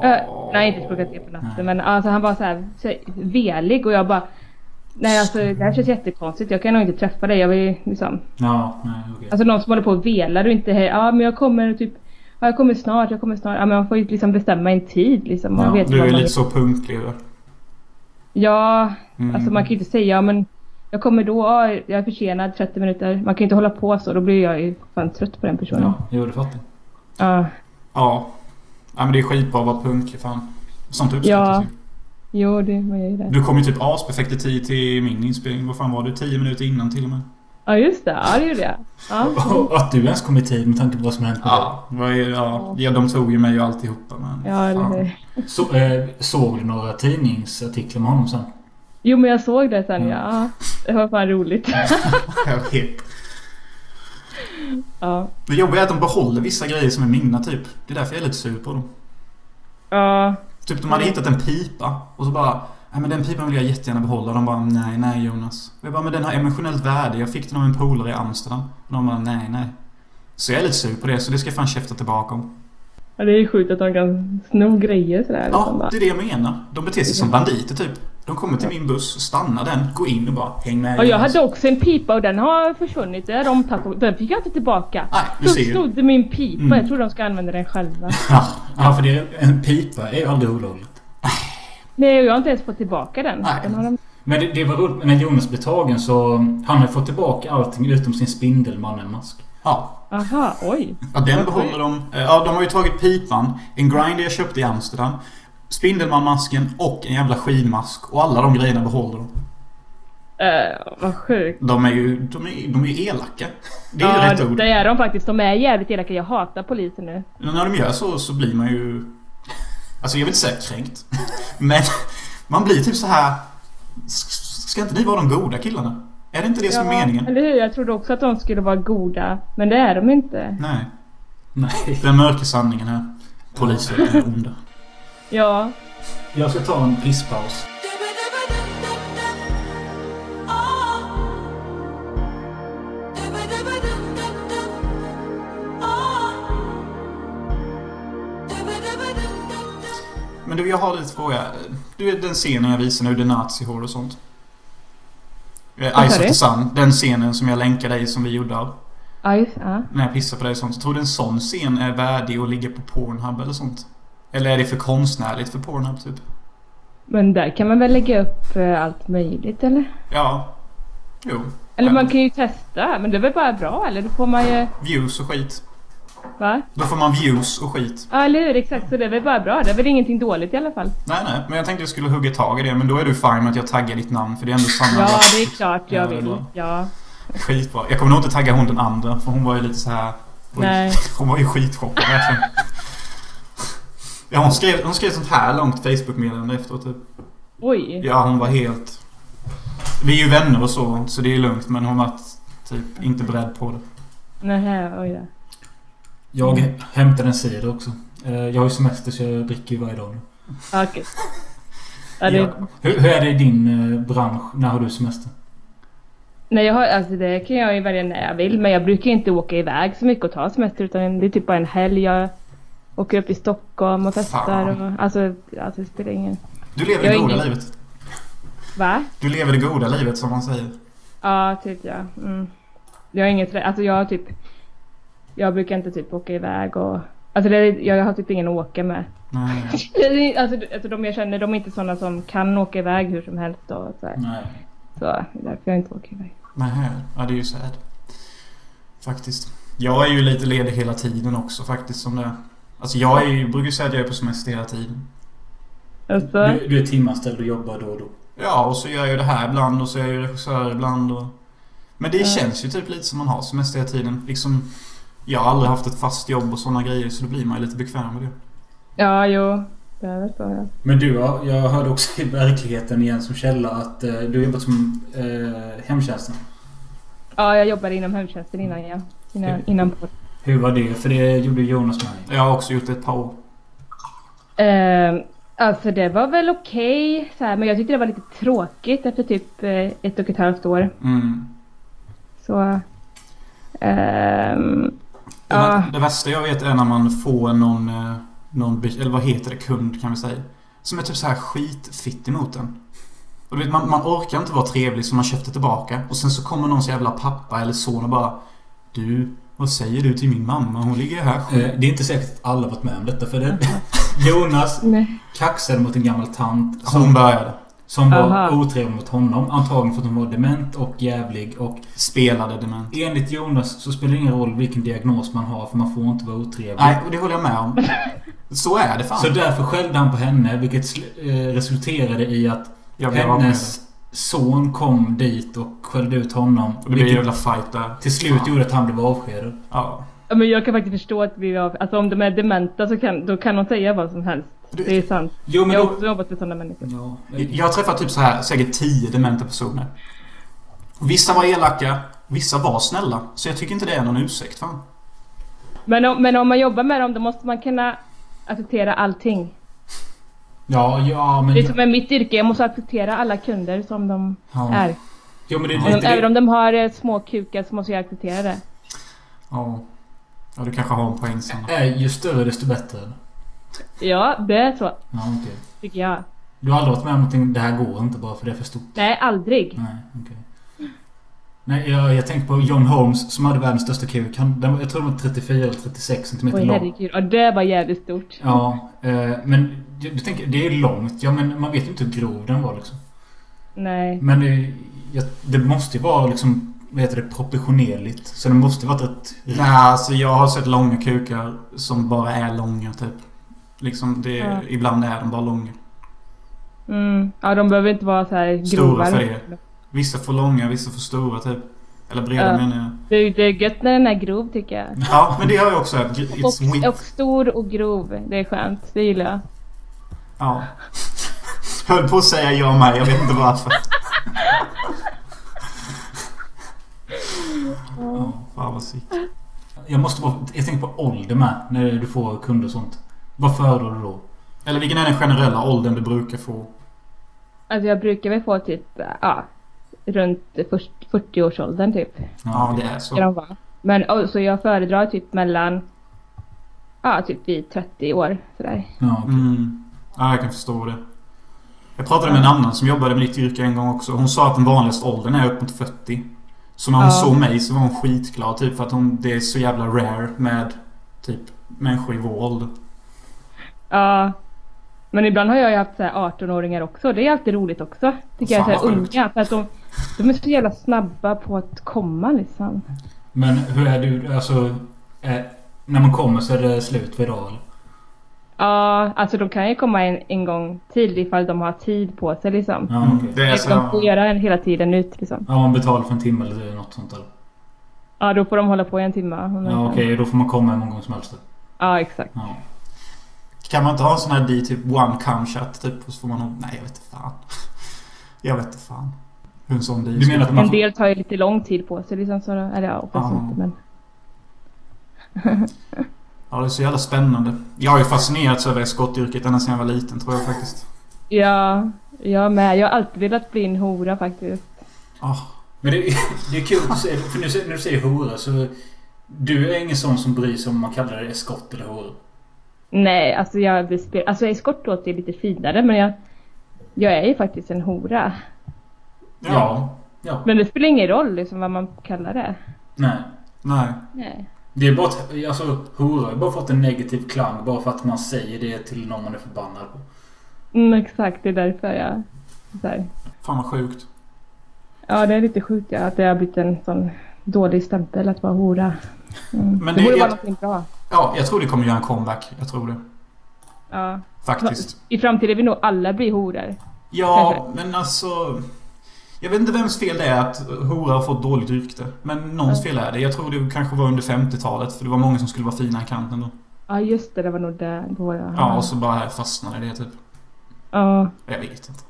C: Äh, nej inte klockan tre på natten men alltså han var så här, så här velig och jag bara Nej alltså det här känns jättekonstigt, jag kan nog inte träffa dig. Jag vill liksom
B: Ja, nej okej.
C: Alltså någon som håller på och velar och inte ja men jag kommer typ ja, jag kommer snart, jag kommer snart. Ja men man får ju liksom bestämma en tid liksom. Man
B: Ja,
C: vet
A: Du
C: vad
A: är
C: man
A: lite
C: vill.
A: så punktlig. va?
C: Ja,
A: Mm.
C: alltså man kan ju inte säga ja men jag kommer då, ja, jag är försenad 30 minuter. Man kan ju inte hålla på så, då blir jag ju fan trött på den personen. Ja.
B: Ja, jo det fattar jag.
A: Ja. ja. men det är skitbra att vara punktlig fan. Sånt uppskattas
C: Ja.
A: ju.
C: jo det var jag ju där.
A: Du kom ju typ asperfekt i tid till min inspelning. Vad fan var du? Tio minuter innan till och med.
C: Ja just det, ja det gjorde jag. Ja.
B: Och Att du ens kom i tid med tanke på vad som har hänt med dig.
A: Ja. Vad är, ja. ja, de tog ju mig och alltihopa men...
C: Ja, eller
A: fan.
C: hur.
B: Så, eh, såg du några tidningsartiklar med honom sen?
C: Jo men jag såg det sen
B: Ja.
C: ja. ja. Det var fan roligt.
A: Jag vet.
C: Ja.
A: Det jobbiga är att de behåller vissa grejer som är mina typ. Det är därför jag är lite sur på dem.
C: Ja.
A: Typ de hade
C: Mm.
A: hittat en pipa och så bara Nej men den pipan vill jag jättegärna behålla. De bara nej, nej Jonas. Och jag bara men den har emotionellt värde. Jag fick den av en polare i Amsterdam. Och de bara nej, nej. Så jag är lite sur på det så det ska jag fan käfta tillbaka om.
C: ja. Det är ju sjukt att de kan sno grejer sådär. liksom,
A: Ja,
C: bara.
A: det är det jag menar. De beter sig som banditer typ. De kommer till min buss, stannar den, går in och bara häng med
C: Ja, jag
A: Jonas."
C: hade också en pipa och den har försvunnit. Det har de tagit och den fick jag inte tillbaka.
A: Nej, du
C: Då
A: ser ju.
C: snodde min pipa.
A: Mm.
C: Jag tror de ska använda den själva.
A: Ja,
B: Ja, för det, en pipa är ju aldrig olagligt.
C: Nej, och jag har inte ens fått tillbaka den.
B: Nej.
C: den har de...
B: Men det, det var roligt, när Jonas blev tagen så... Han har fått tillbaka allting utom sin Spindelmannen-mask.
A: Ja.
C: Aha, oj.
A: Ja, den behåller de. Eh, Ja, de har ju tagit pipan, en grinder jag köpte i Amsterdam, Spindelman-masken och en jävla skivmask. Och alla de grejerna behåller de.
C: Eh, vad sjukt.
A: De är ju, de är, de är ju elaka. Det är ju
C: Ja,
A: rätt ord.
C: det är de faktiskt. De är jävligt elaka. Jag hatar polisen nu.
A: Men när de gör så, så blir man ju... Alltså jag vill inte säga kränkt. Men man blir typ så här... "S- Ska inte ni vara de goda killarna? Är det inte det som är meningen?
C: eller hur? Jag trodde också att de skulle vara goda. Men det är de inte.
A: Nej.
B: Nej.
A: Den mörka sanningen här. Poliser är onda.
C: Ja.
B: Jag ska ta en pisspaus.
D: Oh.
A: Men du, jag har lite fråga. Du vet den scenen jag visar nu, det är nazihår och sånt. Eh,
C: sa
A: Eyes of
C: du?
A: the Sun. Den scenen som jag länkade dig som vi gjorde av.
C: Ja, just, ja.
A: När jag pissar på dig och sånt. Tror du en sån scen är värdig att ligga på Pornhub eller sånt? Eller är det för konstnärligt för Pornhub typ?
C: Men där kan man väl lägga upp eh, allt möjligt eller?
A: Ja. Jo.
C: Eller
A: Ja.
C: man kan ju testa. Men det är väl bara bra eller? Då får man ju...
A: Views och skit.
C: Va?
A: Då får man views och skit.
C: Ja, eller hur? Exakt. Så det är väl bara bra. Det är väl ingenting dåligt i alla fall.
A: Nej, nej. Men jag tänkte jag skulle hugga tag i det. Men då är du fine med att jag taggar ditt namn. För det är ändå samma.
C: Ja, det är klart jag
A: Ja, det är
C: vill.
A: bra.
C: Ja.
A: Skitbra. Jag kommer nog inte tagga hon den andra. För hon var ju lite så här... Oj.
C: Nej.
A: Hon var ju skitchockad verkligen. Ja, hon skrev, hon skrev sånt här långt Facebook-meddelande efteråt typ.
C: Oj.
A: Ja, hon var helt... Vi är ju vänner och så, så det är lugnt. Men hon var typ inte beredd på det.
C: Nähä, oj då.
B: Jag hämtar en cider också. Eh, Jag har ju semester så jag dricker ju varje dag nu.
C: Ja, okej. Ja, det,
A: Ja.
B: Hur, hur är det i din eh, bransch? När har du semester?
C: Nej, jag har, alltså det kan jag ju välja när jag vill. Men jag brukar inte åka iväg så mycket och ta semester. Utan det är typ bara en helg. Jag åker upp i Stockholm och festar.
A: Fan.
C: Och, alltså, alltså, det spelar ingen...
A: Du lever
C: Jag
A: det
C: är
A: goda
C: ingen-
A: livet.
C: Va?
A: Du lever det goda livet som man säger.
C: Ja, typ ja. Mm. Jag har inget... Alltså jag har typ... Jag brukar inte typ åka iväg och... Alltså det, är- jag har typ ingen att åka med.
A: Nej.
C: Alltså, alltså de jag känner, de är inte sådana som kan åka iväg hur som helst. Och så, här.
B: Nej.
C: så det är därför jag inte åker iväg.
A: Nej, ja det är ju sad. Faktiskt. Jag är ju lite ledig hela tiden också faktiskt som det är. Alltså jag är ju, brukar ju säga att jag är på semester hela tiden.
C: Alltså,
B: Du, du är timanställd och jobbar då och då.
A: Ja, och så gör jag ju det här ibland och så är jag ju regissör ibland och... Men det
C: Ja.
A: känns ju typ lite som man har semester hela tiden. Liksom, jag har aldrig haft ett fast jobb och sådana grejer så då blir man ju lite bekväm med det.
C: ja, jo. Det är väl så ja.
B: Men du, ja, jag hörde också i verkligheten igen som källa att eh, du har jobbat som eh, hemtjänsten.
C: Ja, jag jobbade inom hemtjänsten innan jag... Innan,
B: Mm.
C: innan på.
B: Hur var det? För det gjorde Jonas med mig.
A: Jag har också gjort det ett par år.
C: Ehm, alltså det var väl okej så här, men jag tyckte det var lite tråkigt efter typ eh, ett och ett halvt år.
A: Mm.
C: Så... ehm,
A: Det,
C: Ja.
A: det värsta jag vet är när man får någon, eh, någon be- eller vad heter det, kund kan vi säga. Som är typ så här skitfitt emot en. Och du vet, man, man orkar inte vara trevlig så man köpte tillbaka. Och sen så kommer någons jävla pappa eller son och bara Du, vad säger du till min mamma? Hon ligger ju här själv."
B: Eh, det är inte säkert att alla varit med om detta för det... Jonas
C: nej.
B: kaxade mot en gammal tant
A: Hon
B: som,
A: började.
B: som var
C: Aha.
B: otrevlig mot honom. Antagligen för att hon var dement och jävlig och
A: Spelade dement.
B: Enligt Jonas så spelar det ingen roll vilken diagnos man har för man får inte vara otrevlig.
A: Nej, och det håller jag med om. Så är det fan.
B: Så därför skällde han på henne vilket sl- eh, resulterade i att
A: jag blev av med det.
B: hennes son kom dit och skällde ut honom.
A: Och det blev en
B: Vilket
A: jävla fight där.
B: till slut
A: Fan.
B: gjorde att han blev avskedad.
A: Ja.
C: Ja, Men jag kan faktiskt förstå att vi var... Alltså om de är dementa så kan, då kan de säga vad som helst.
A: Du-
C: Det är sant.
B: Jo men
C: Jag har
B: då...
C: också jobbat med sådana människor.
B: Ja,
A: Jag har träffat typ så här säkert tio dementa personer. Vissa var elaka, vissa var snälla. Så jag tycker inte det är någon ursäkt fan.
C: Men om, men om man jobbar med dem då måste man kunna acceptera allting.
B: ja, ja men...
C: Det är som med mitt yrke, jag måste acceptera alla kunder som de
A: Ja.
C: är.
B: Jo men det
A: Ja.
B: är
C: Om
B: lite...
C: de, även om de har eh, små kukar så måste jag acceptera det.
A: Ja. Ja, du kanske har en poäng sen.
B: Är ju större desto bättre.
C: Ja, det är så.
B: Ja, okej.
C: Tycker jag.
B: Du har aldrig varit med om någonting, det här går inte bara för det är för stort?
C: Nej, aldrig.
B: Nej, okej. Nej, jag, jag tänker på John Holmes som hade världens största kuk. Han, den, jag tror den var 34 eller 36 cm
C: Oj
B: lång.
C: herregud. Ja, det var jävligt stort.
B: Ja, eh, men du, du tänker, det är långt. Ja, men man vet ju inte hur grov den var liksom.
C: Nej.
B: Men det, jag, det måste ju vara liksom, vad heter det, proportionerligt. Så det måste ju varit rätt...
A: Nej, alltså jag har sett långa kukar som bara är långa typ. Liksom det,
C: Ja.
A: ibland är de bara långa.
C: Mm. Ja, de behöver inte vara så här grova.
A: Stora för det. Vissa får långa, vissa får stora typ. Eller breda
C: Ja.
A: menar jag.
C: Det är, det är gött när den är grov tycker jag.
A: Ja, men det har jag också hört. It's
C: Och,
A: width.
C: och stor och grov. Det är skönt. Det gillar jag.
A: Ja. Höll på att säga jag med, jag vet inte varför. Ja, fan vad sick.
B: Jag måste bara... Jag tänker på ålder med. När du får kunder och sånt. Vad föredrar du då?
A: Eller vilken är den generella åldern du brukar få?
C: Alltså jag brukar väl få typ, ja, runt 40-årsåldern typ.
A: Ja, det är så.
C: Ska de vara. Men och, så jag föredrar typ mellan, ja, typ vid 30 år sådär.
B: Ja, okej.
A: Mm. Ja, jag kan förstå det. Jag pratade med en annan som jobbade med ditt yrke en gång också. Hon sa att den vanligaste åldern är upp mot 40. Så när hon
C: Ja.
A: såg mig så var hon skitglad typ för att hon, det är så jävla rare med typ människor i vår ålder.
C: Ja. Men ibland har jag ju haft så här 18-åringar också. Det är alltid roligt också. Tycker
A: Fan,
C: jag. Så här,
A: vad sjukt.
C: unga. För att de, de är så jävla snabba på att komma liksom.
B: Men hur är du? Alltså... Eh, när man kommer så är det slut för idag eller?
C: Ja, alltså de kan ju komma en, en gång till ifall de har tid på sig liksom.
B: Ja,
A: Mm,
B: okej.
A: Det är
C: De får
A: så...
C: göra en hela tiden ut liksom.
B: Ja, man betalar för en timme eller något sånt eller?
C: Ja, då får de hålla på i en timme. om de
B: Ja,
C: kan.
B: okej. Då får man komma hur många gånger som helst.
C: Ja, exakt.
B: Ja.
A: Kan man inte ha en sån här D typ one come shot typ? Och så får man ha- Nej, jag vet inte fan. Jag vet inte fan. Hur en sån D
B: Du menar att man
C: En
B: får...
C: del tar ju lite lång tid på sig liksom. Så, eller ja, oftast
A: Ja.
C: inte men.
A: Ja, det är så jävla spännande. Jag har ju fascinerats över skottyrket ända sedan jag var liten tror jag faktiskt.
C: Ja, jag med. Jag har alltid velat bli en hora faktiskt.
A: Ah,
B: Men det, det är kul, att du säger- för nu säger- när du säger hora så... Du är ingen sån som bryr sig om man kallar det eskort eller hora.
C: Nej, alltså jag blir spe- Alltså eskort låter ju lite finare men jag... Jag är ju faktiskt en hora.
A: ja.
B: Ja. Ja.
C: Men det spelar ingen roll liksom vad man kallar det.
B: Nej.
A: Nej.
C: Nej.
B: Det är bara att, alltså hora har bara fått en negativ klang bara för att man säger det till någon man är förbannad på.
C: Mm, exakt, det är därför jag... Så här.
A: Fan vad sjukt.
C: Ja, det är lite sjukt ja, att det har blivit en sån dålig stämpel att vara hora. Mm.
A: Men
C: Men
A: det-
C: det, borde vara
A: jag-
C: någonting bra.
A: Ja, jag tror det kommer göra en comeback. Jag tror det.
C: Ja.
A: Faktiskt.
C: I framtiden vill nog alla bli horor.
A: Ja, men alltså... Jag vet inte vems fel det är att hora har fått dåligt rykte. Men någons fel är det. Jag tror det kanske var under 50-talet. För det var många som skulle vara fina i kanten då.
C: Ja just det, det var nog det. Då jag...
A: Ja, och så bara fastnade det typ.
C: ja.
A: Jag vet inte.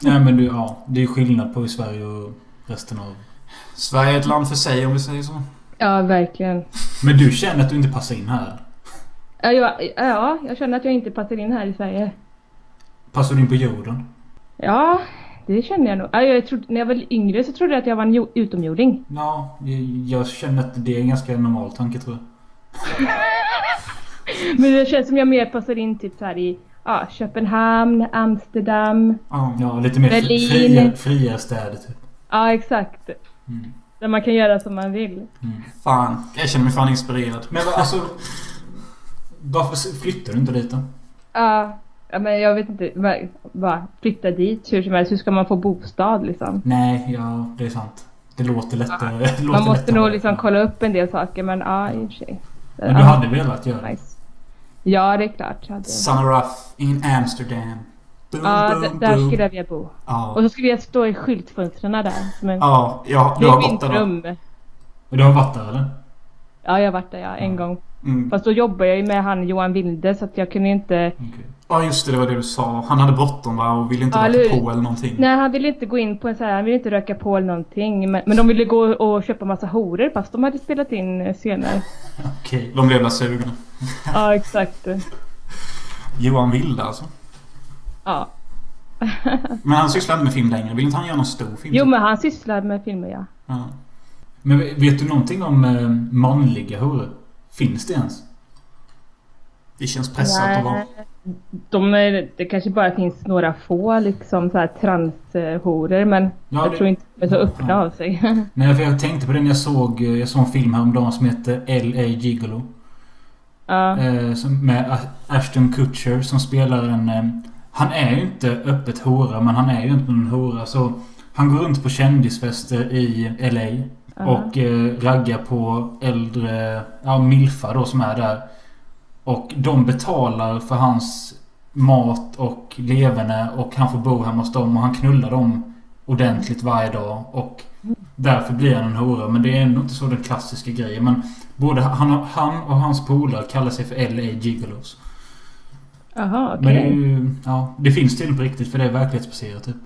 B: Nej men du, ja. Det är skillnad på i Sverige och resten av...
A: Sverige är ett land för sig om vi säger så.
C: ja, verkligen.
B: Men du känner att du inte passar in här?
C: Ja jag, ja, jag känner att jag inte passar in här i Sverige.
B: Passar du in på jorden?
C: Ja, det känner jag nog. Ja, jag trodde, när jag var yngre så trodde jag att jag var en jo- utomjording.
B: Ja, jag, jag känner att det är en ganska normal tanke tror jag.
C: Men det känns som jag mer passar in typ så här i ja, Köpenhamn, Amsterdam.
A: Ja.
B: Ja, lite mer fri,
C: Berlin.
B: fria, fria städer typ.
C: Ja, exakt.
B: Mm.
C: Där man kan göra som man vill.
A: Fan. Jag känner mig fan inspirerad.
B: Men vad- alltså... Varför flyttar du inte dit då?
C: Ja, ja, men jag vet inte. Bara- Bara flytta dit hur som helst. Hur ska man få bostad liksom?
B: Nej, ja det är sant. Det låter lättare. Det låter
C: Man måste
B: lättare.
C: nog liksom kolla upp en del saker men ja i och för sig.
B: Men du hade velat göra
C: Ja,
B: det?
C: nice. Ja det är klart. Jag hade...
A: Summer Rough in Amsterdam. Boom,
C: Ja d-
A: boom,
C: där
A: boom.
C: skulle jag vilja bo. Och
A: Ja.
C: så skulle jag stå i skyltfönstren där. Som en...
A: Ja, ja,
C: det
A: du
C: är
A: har gått
C: mitt
A: där då.
C: rum.
B: Men Du har varit där eller?
C: Ja jag har varit där ja, en gång.
A: Mm.
C: Fast då jobbar jag ju med han Johan Wilde så att jag kunde inte.
B: Okej.
A: Ja, just det. Det var det du sa. Han hade bråttom va? Och ville inte
C: Ja,
A: röka
C: eller-
A: på eller någonting.
C: Nej han ville inte gå in på en så här, han ville inte röka på eller någonting. Men, men de ville gå och köpa massa horor fast de hade spelat in eh, scener.
B: Okej.
A: De blev väl sugna.
C: ja exakt.
A: Johan Wilde alltså.
C: Ja.
A: Men han sysslar inte med film längre. Vill inte han göra någon stor film?
C: Jo men han sysslar med filmer ja.
A: Ja.
B: Men vet du någonting om eh, manliga horor? Finns det ens?
A: Det känns pressat att vara...
C: De är, det kanske bara finns några få liksom så här transhorer men
B: Ja,
C: jag
B: det-
C: tror inte de är så öppna
B: Ja.
C: av sig.
B: Nej, för jag tänkte på det när jag såg, eh, jag såg en film häromdagen som heter L.A. Gigolo.
C: ja.
B: Eh, som, med A- Ashton Kutcher som spelar en... Eh, han är ju inte öppet hora, men han är ju inte någon hora. Så han går runt på kändisfester i L.A. Och eh, raggar på äldre, ja milfar då som är där. Och de betalar för hans mat och leverne och han får bo hemma hos dem och han knullar dem ordentligt varje dag. Och därför blir han en hora. Men det är ändå inte så den klassiska grejen. Men både han och, han och hans polare kallar sig för LA Gigolos.
C: Jaha,
B: Men det,
C: okej.
B: är ju, ja, det finns till på riktigt för det är verklighetsbaserat typ.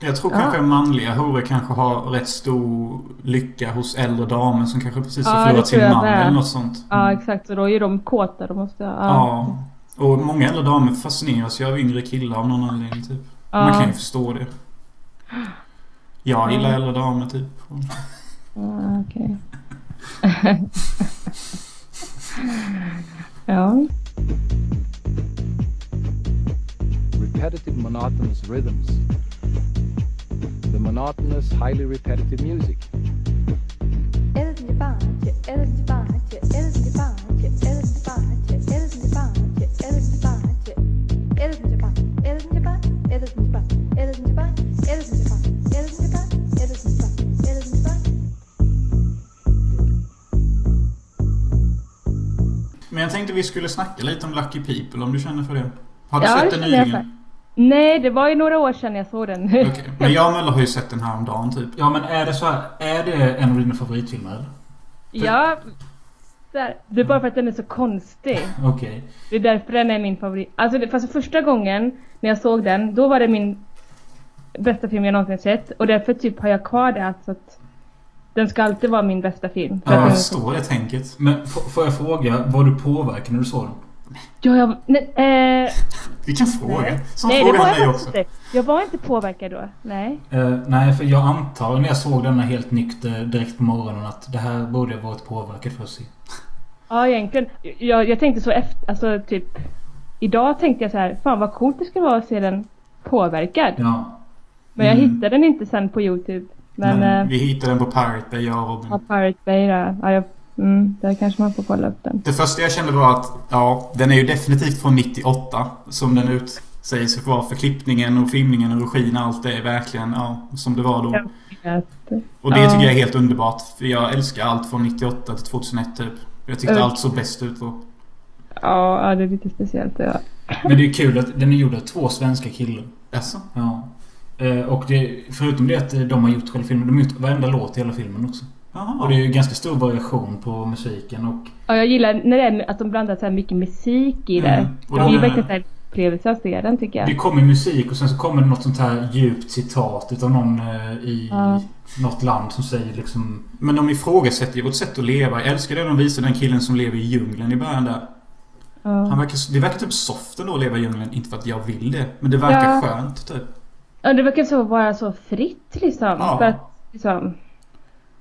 A: Jag tror
C: Ja.
A: kanske manliga horor kanske har rätt stor lycka hos äldre damer som kanske precis
C: Ja,
A: har
C: det
A: förlorat
C: tror
A: sin
C: jag
A: man
C: med.
A: eller något sånt.
C: Ja, exakt. Och då är ju de kåta. De måste... Ja.
A: Ja. Och många äldre damer fascineras ju av yngre killar av någon anledning typ. Man kan ju förstå det. Jag gillar äldre damer typ.
C: Ja, Ah, okej. ja.
E: repetitive monotonous rhythms, the monotonous, highly repetitive music.
A: Men jag tänkte vi skulle snacka lite om Lucky People om du känner för det. Har du
C: Ja, det
A: sett den
C: känner jag
A: nyligen?
C: Nej, det var ju några år sedan jag såg den.
A: Okej. Men jag och Möller har ju sett den här om dagen typ.
B: Ja men är det så här, är det en av dina favoritfilmer? eller?
C: ja. Där. Det är bara för att den är så konstig.
B: Okej.
C: Det är därför den är min favorit. Alltså det, fast första gången när jag såg den, då var det min bästa film jag någonsin sett. Och därför typ har jag kvar det. Alltså att den ska alltid vara min bästa film. För
A: Ja,
C: att
A: jag
C: den-
A: förstår det tänket.
B: Men f- får jag fråga, var du påverkad när du såg den?
C: ja, jag, nej, eh,
A: Vilken fråga.
C: Nej.
A: Som
C: nej, det
A: frågar
C: var jag
A: mig
C: faktiskt
A: också.
C: inte. Jag var inte påverkad då. Nej.
B: Eh, nej, för jag antar när jag såg denna helt nykter direkt på morgonen att det här borde jag varit påverkad för att se.
C: Ja, egentligen. Jag, jag tänkte så efter, alltså typ. Idag tänkte jag så här, fan vad coolt det skulle vara att se den påverkad.
B: Ja.
C: Men jag
A: Mm.
C: hittade den inte sen på Youtube. Men...
A: Nej,
C: eh,
A: Vi hittade den på Pirate Bay, jag och Robin.
C: Ja, Pirate Bay där. Ja, jag, mm, där kanske man får kolla upp den.
A: Det första jag kände var att, ja, den är ju definitivt från 98. Som den utsäger sig vara för klippningen och filmningen och regin. Allt det är verkligen, ja, som det var då.
C: Ja. Att,
A: Och det tycker
C: Ja.
A: jag är helt underbart. För jag älskar allt från 98 till 2001 typ. Jag tyckte
C: Mm.
A: allt såg bäst ut då.
C: ja, ja, det är lite speciellt. Ja.
B: Men det är kul att den är gjord av två svenska killar.
A: Jaså?
B: Ja. Eh, och det, förutom det att de har gjort själva filmen, de har gjort varenda låt i hela filmen också. Och det är
A: Jaha.
B: ju ganska stor variation på musiken och...
C: ja, jag gillar när det är, att de blandar så här mycket musik i det.
A: Mm. Och
C: Det är
A: de-
C: verkligen så här upplevelse att se den tycker
B: Det
C: jag.
B: kommer musik och sen så kommer det något sånt här djupt citat utav någon eh, i
C: Ja.
B: något land som säger liksom...
A: Men de ifrågasätter ju vårt sätt att leva. Jag älskar det de visar den killen som lever i djungeln i början där. Han
C: Ja.
A: verkar, det verkar typ soft ändå att leva i djungeln. Inte för att jag vill det. Men det verkar
C: Ja.
A: skönt typ.
C: Ja, det verkar så vara så fritt liksom.
A: Ja.
C: För att, liksom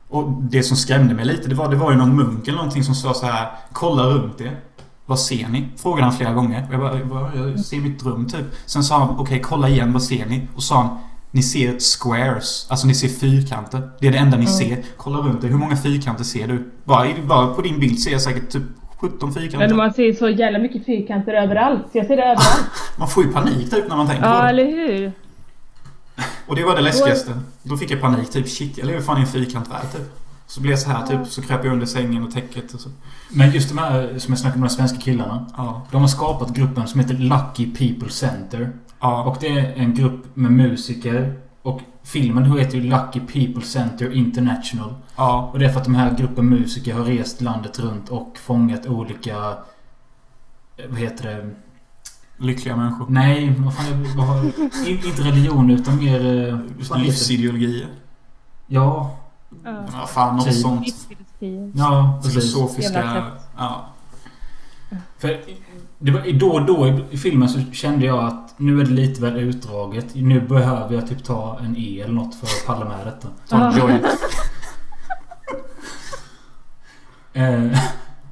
A: Och det som skrämde mig lite, det var, det var ju någon munk eller någonting som sa så här Kolla runt er. Vad ser ni? Frågade han flera gånger. Och jag bara, "Vad? jag ser mitt rum typ. Sen sa han, okej kolla igen, vad ser ni? Och sa han, ni ser squares. Alltså ni ser fyrkanter. Det är det enda ni
C: Mm.
A: ser. Kolla runt er, hur många fyrkanter ser du? Bara, i- bara på din bild ser jag säkert typ 17 fyrkanter.
C: men
A: Man...
C: man ser så jävla mycket fyrkanter överallt. Så jag ser det överallt.
A: får ju panik typ när man tänker på
C: ja,
A: det.
C: eller hur?
A: Och det var det läskigaste. Då fick jag panik typ, shit jag lever fan i en fyrkantvärld typ. Så blev jag så här typ, så kröp jag under sängen och täcket och så.
B: Men just de här som jag snackade om, de här svenska killarna.
A: Ja.
B: De har skapat gruppen som heter Lucky People Center.
A: Ja.
B: Och det är en grupp med musiker. Och filmen heter ju Lucky People Center International.
A: ja.
B: Och det är för att de här gruppen musiker har rest landet runt och fångat olika... eh, Vad heter det?
A: Lyckliga människor.
B: Nej, vad fan... Vad har, in, inte religion utan mer... eh, vad heter det?
A: Livsideologier.
B: Ja.
C: Ja.
A: Ja, fan, något
B: Typ.
A: sånt.
C: Livsfilosofi.
B: Ja, precis.
A: Filosofiska...
C: Jävla
A: Ja.
B: För i- det var, i- då och då i- i filmen så kände jag att nu är det lite väl utdraget. Nu behöver jag typ ta en E eller något för att palla med detta.
A: Ta en
C: Ja.
A: joint.
B: Eh,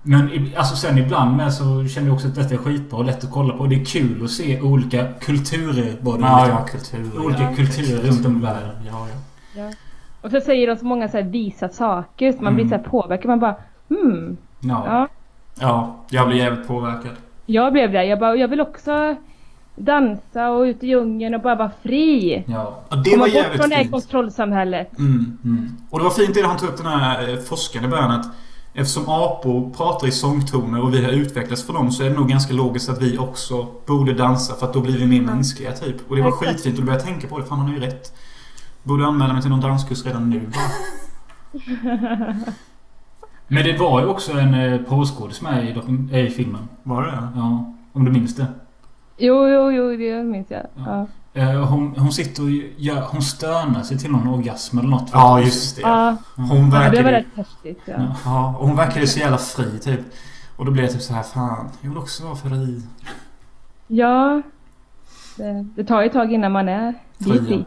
B: Men i- alltså sen ibland med så känner jag också att detta är skitbra och lätt att kolla på. Det är kul att se olika kulturer. Vad det
A: Ja,
B: är.
A: ja, kultur.
B: Olika
A: ja.
B: kulturer runt om i världen.
A: Ja, ja.
C: Ja. Och så säger de så många så här visa saker så man blir
A: Mm.
C: så här påverkad. Man bara hmm.
B: Ja.
C: Ja.
A: ja, jag blir jävligt påverkad.
C: Jag blev det. Jag bara, jag vill också dansa och ut i djungeln och bara vara fri.
B: Ja.
A: Ja, det
C: Komma
A: var
C: bort
A: jävligt
C: från det här
A: fint.
C: kontrollsamhället.
A: Mm.
B: Mm.
A: Och det var fint det han tog upp den här eh, forskaren i början att eftersom apor pratar i sångtoner och vi har utvecklats för dem så är det nog ganska logiskt att vi också borde dansa för att då blir vi mer mänskliga typ. Och det var
C: Exakt.
A: skitfint och då började jag tänka på det. Fan han har ju rätt. Borde anmäla mig till någon danskurs redan nu.
B: Men det var ju också en eh, porrskådis med i, dokum- eh, i filmen.
A: Var det det?
B: Ja. Om du minns det.
C: Jo, jo, jo, det minns jag. Ja,
B: Eh, Hon, hon sitter och gör, hon stönar sig till någon orgasm eller något.
A: Ja, just det.
C: ja.
A: Hon
C: ja det var
A: verkade,
C: rätt häftigt. Ja.
B: Ja.
A: ja, och hon verkade så jävla fri typ. Och då blev jag typ så här, fan, jag vill också vara fri.
C: Ja. Det, det tar ju ett tag innan man är
A: Fria.
C: fri.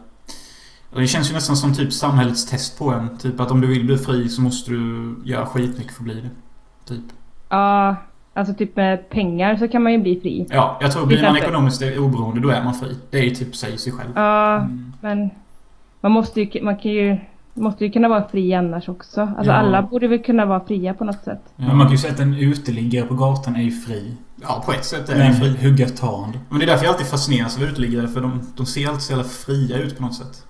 A: Och det känns ju nästan som typ samhällets test på en. Typ att om du vill bli fri så måste du göra skitmycket för att bli det. Typ.
C: Ja, alltså typ med pengar så kan man ju bli fri.
A: Ja, jag tror blir man
C: Exakt.
A: ekonomiskt oberoende då är man fri. Det är ju typ säger sig själv.
C: Ja,
A: Mm.
C: men man måste ju, man kan ju, måste ju kunna vara fri annars också.
A: Ja.
C: Alltså alla borde väl kunna vara fria på något sätt.
A: Ja.
B: Men man kan ju säga att en uteliggare på gatan är ju fri.
A: Ja, på ett sätt är
B: Men
A: man fri.
B: hur gött har han det?
A: Men det är därför jag alltid fascineras av uteliggare för de, de ser alltid så jävla fria ut på något sätt.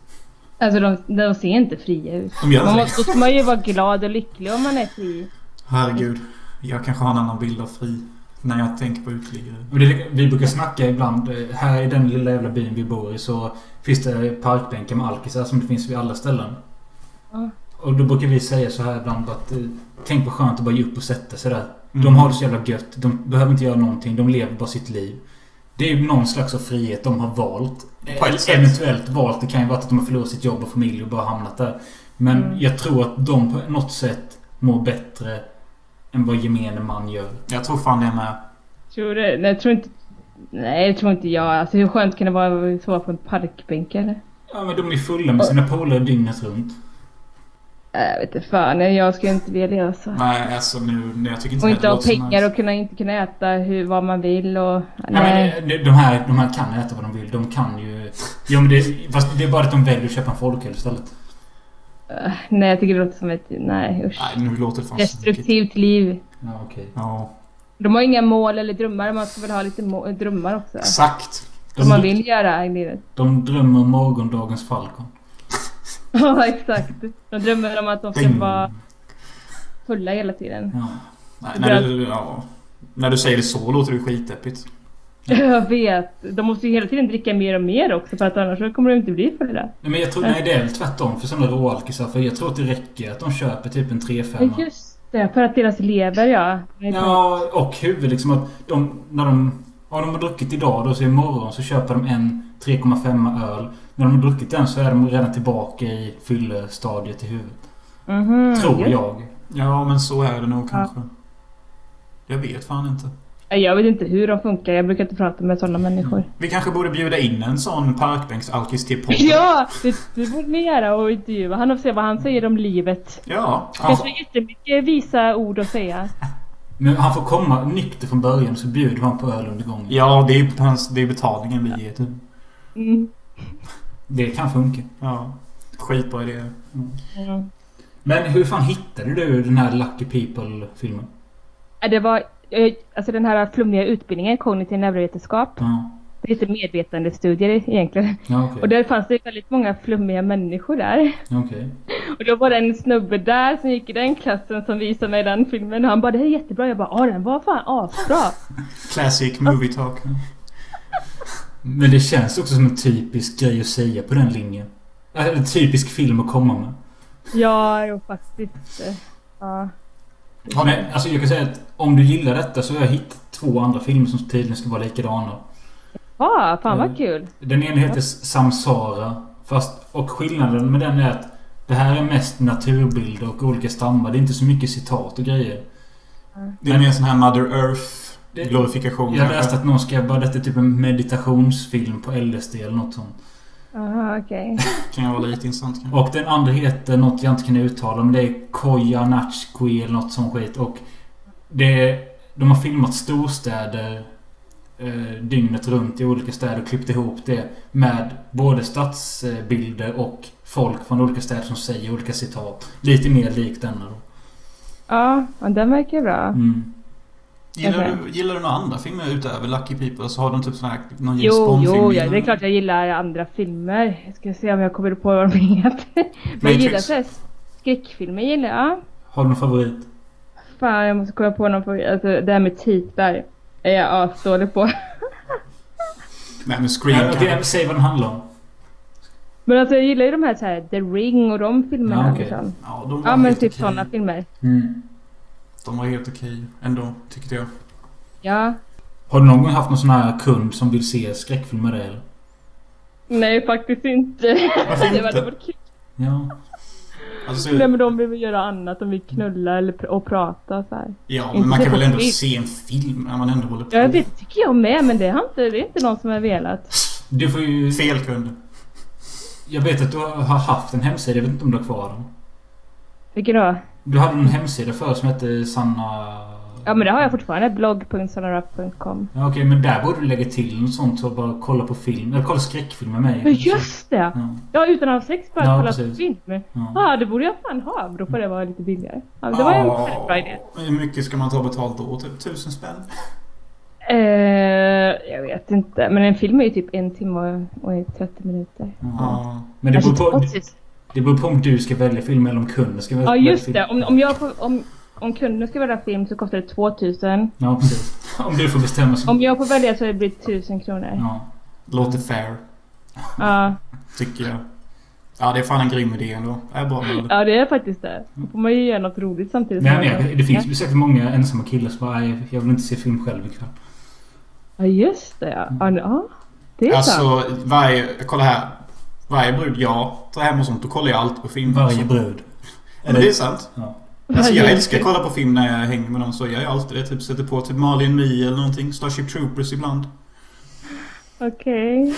C: Alltså de, de ser inte fria ut.
A: De gör
C: Man
A: det.
C: måste, då ska man ju vara glad och lycklig om man är fri.
A: Herregud. Jag kanske har en annan bild av fri. När jag tänker på uteliggare.
B: Och det, vi brukar snacka ibland, eh, här i den lilla jävla byn vi bor i så finns det parkbänkar med alkisar som det finns vid alla ställen.
C: Ja.
B: Och då brukar vi säga så här ibland att eh, tänk vad skönt att bara ge upp och sätta sig där. De
A: Mm.
B: har det så jävla gött. De behöver inte göra någonting. De lever bara sitt liv. Det är ju någon slags av frihet de har valt.
A: På ett
B: Eller
A: sätt.
B: Eventuellt valt. Det kan ju vara att de har förlorat sitt jobb och familj och bara hamnat där. Men
C: Mm.
B: jag tror att de på något sätt mår bättre än vad gemene man gör.
A: Jag tror fan det med.
C: Tror du? Nej, jag tror inte, nej, det tror inte jag. Alltså hur skönt kan det vara att sova på en parkbänk eller?
B: Ja men de är fulla med sina polare dygnet runt.
C: Nej, Jag vet inte fan, jag skulle inte vilja leva så.
A: Nej, alltså nu... Nej, jag tycker inte
C: Och
A: det
C: inte ha
A: låter så nice.
C: pengar och kunna, inte kunna äta hur, vad man vill och...
B: Nej.
C: Nej.
B: men eh, de- de här, de här kan äta vad de vill. De kan ju... Ja, men det, fast det är bara att de väljer att köpa en folköl istället.
C: Nej, jag tycker det låter som ett... Nej, usch.
A: Nej, nu låter det fan snuskigt.
C: Destruktivt liv.
B: Ja okej.
A: Ja,
C: De har inga mål eller drömmar. Man ska väl ha lite må- drömmar också.
A: exakt.
C: Som man vill göra i livet.
B: De drömmer om morgondagens Falcon.
C: Ja, exakt. De drömmer om att de ska
A: Ding.
C: vara fulla hela tiden.
B: Ja.
A: Nej, när, du, ja, när du säger det så låter det skitdeppigt.
C: Jag vet. De måste ju hela tiden dricka mer och mer också för att annars så kommer de inte bli fulla.
B: Nej, men jag tror, nej, det är väl tvärtom för sådana råalkisar. För jag tror att det räcker att de köper typ en 3-5.
C: Ja, just det. För att deras lever, ja.
B: Ja, och huvud liksom att de, när de... Om de har druckit idag då så imorgon så köper de en 3,5 öl. När de har druckit den så är de redan tillbaka i fyllestadiet i huvudet.
C: Mhm,
B: tror
C: just-
B: jag.
A: Ja, men så är det nog kanske. Jag vet fan inte.
C: Nej, Jag vet inte hur de funkar. Jag brukar inte prata med sådana människor.
A: Vi kanske borde bjuda in en sån parkbänksalkis till podden.
C: Ja! Det, det borde ni göra och intervjua han och se vad han säger om livet.
A: Ja,
C: Det
A: han,
C: finns ju jättemycket visa ord att säga.
B: Men han får komma nykter från början så bjuder man på öl under gången.
A: ja det, är, hans- det är betalningen vi ger typ.
C: Mm.
B: Det kan funka.
A: Ja. Skitbra idé.
C: Mm.
B: Men hur fan hittade du den här Lucky People-filmen?
C: Ja, Det var, eh, alltså den här flummiga utbildningen, kognitiv neurovetenskap.
B: Ja,
C: Det heter medvetandestudier egentligen.
B: ja okej.
C: Och där fanns det väldigt många flummiga människor där.
B: Ja, okej.
C: Och då var det en snubbe där som gick i den klassen som visade mig den filmen och han bara det här är jättebra. Jag bara ja den var fan asbra.
A: Classic movie talk.
B: Men det känns också som en typisk grej att säga på den linjen. Eller en typisk film att komma med.
C: Ja, jo faktiskt. eh, Ja.
B: Men alltså jag kan säga att om du gillar detta så har jag hittat två andra filmer som tydligen ska vara likadana.
C: Ja, fan
B: Mm.
C: vad kul.
B: Den ena heter Samsara. Fast, och skillnaden med den är att det här är mest naturbilder och olika stammar. Det är inte så mycket citat och grejer.
A: Det är mer sån här Mother Earth glorifikation
B: Jag läste att någon skrev bara detta är typ en meditationsfilm på LSD eller något sånt.
C: Aha, okej.
A: Kan ju vara lite intressant kanske.
B: Och den andra heter något jag inte kan uttala men det är Koyanachkui eller något sånt skit. Och Det, de har filmat storstäder eh, dygnet runt i olika städer och klippt ihop det med både stadsbilder och folk från olika städer som säger olika citat. Lite mer likt denna då.
C: Ja, men den verkar bra.
B: Mm.
A: Gillar,
C: Okej.
A: du, gillar du några andra filmer utöver Lucky People? Så har de typ sån här, någon James
C: Jo,
A: Bond-film?
C: jo, ja,
A: innan?
C: det är klart jag gillar andra filmer. Jag ska se om jag kommer på vad de heter. Men jag
A: Matrix.
C: gillar så här skräckfilmer gillar jag.
B: Har du någon favorit?
C: Fan, jag måste komma på någon favorit. Alltså, det här med titlar är jag asdålig på.
A: Nej, men Scream
B: Nej,
A: kan
B: Okej, säg vad den handlar om.
C: Men alltså jag gillar ju de här, så här The Ring och de filmerna
B: Ja, okej.
C: liksom.
A: Ja, de var
C: Ja men
A: helt
C: typ
A: okej.
C: sådana filmer.
B: Mm.
A: De var helt okej ändå, tyckte jag.
C: Ja.
B: Har du någon gång haft någon sån här kund som vill se skräckfilm med dig eller?
C: Nej faktiskt inte.
A: Varför
C: Det var
A: inte?
C: varit kul.
B: Ja.
A: Alltså,
C: Nej men de vill göra annat. De vill knulla eller pr- och prata så här.
A: ja,
C: inte
A: men man kan
C: på
A: väl ändå
C: film.
A: se en film när man ändå håller på.
C: Ja det tycker jag med men det, har inte, det är inte någon som har velat.
B: Du får ju...
A: Fel kund.
B: Jag vet att du har haft en hemsida. Jag vet inte om du har kvar den.
C: Vilken då?
B: Du hade en hemsida förr som hette Sanna...
C: Ja men det har jag fortfarande. blogg.sonarup.com
B: Ja, Okej, men där borde du lägga till något sånt så bara kolla på film. Eller kolla skräckfilm med mig.
C: Ja just det! Ah.
B: Ja,
C: Ja utan att ha sex bara
B: Ja,
C: kolla på
B: precis.
C: film.
B: ja.
C: Ja det borde jag fan ha. Då får det vara lite billigare. Ja, det var en väldigt bra idé.
A: Ja, Hur mycket ska man ta betalt då? Typ tusen spänn?
C: Eh, jag vet inte. Men en film är ju typ en timme och, och 30 minuter. Alltså,
B: Ja.
A: Ja.
B: Men det beror,
C: Kanske
B: på,
C: 80.
B: det beror på om du ska välja film eller om kunden ska välja
C: Ja just
B: film.
C: det. Om, om, jag får, om, om kunden ska välja film så kostar det 2000.
B: Ja, precis. Om du får bestämma så...
C: Om jag får välja så blir det 1000 kronor.
B: Ja.
A: Låter fair,
C: Ja,
A: tycker jag. Ja, det är fan en grym idé ändå. Det är bra med det.
C: ja det är faktiskt det. Då får man ju göra något roligt samtidigt. som
B: Nej,
C: man-
B: men jag, det finns ju säkert många ensamma killar som bara "Nej, jag vill inte se film själv ikväll.
C: Ja just det ja. ja. ja, Det är sant.
A: Alltså, varje... Kolla här. Varje brud jag tar hem och sånt, då kollar jag allt på film.
B: Varje brud.
A: Ja, men det är sant.
B: Ja.
A: Alltså, jag
C: Varje-
A: älskar att kolla på film när jag hänger med någon så jag gör jag alltid det. Typ sätter på typ Marlin Mee eller någonting. Starship Troopers ibland.
C: Okej.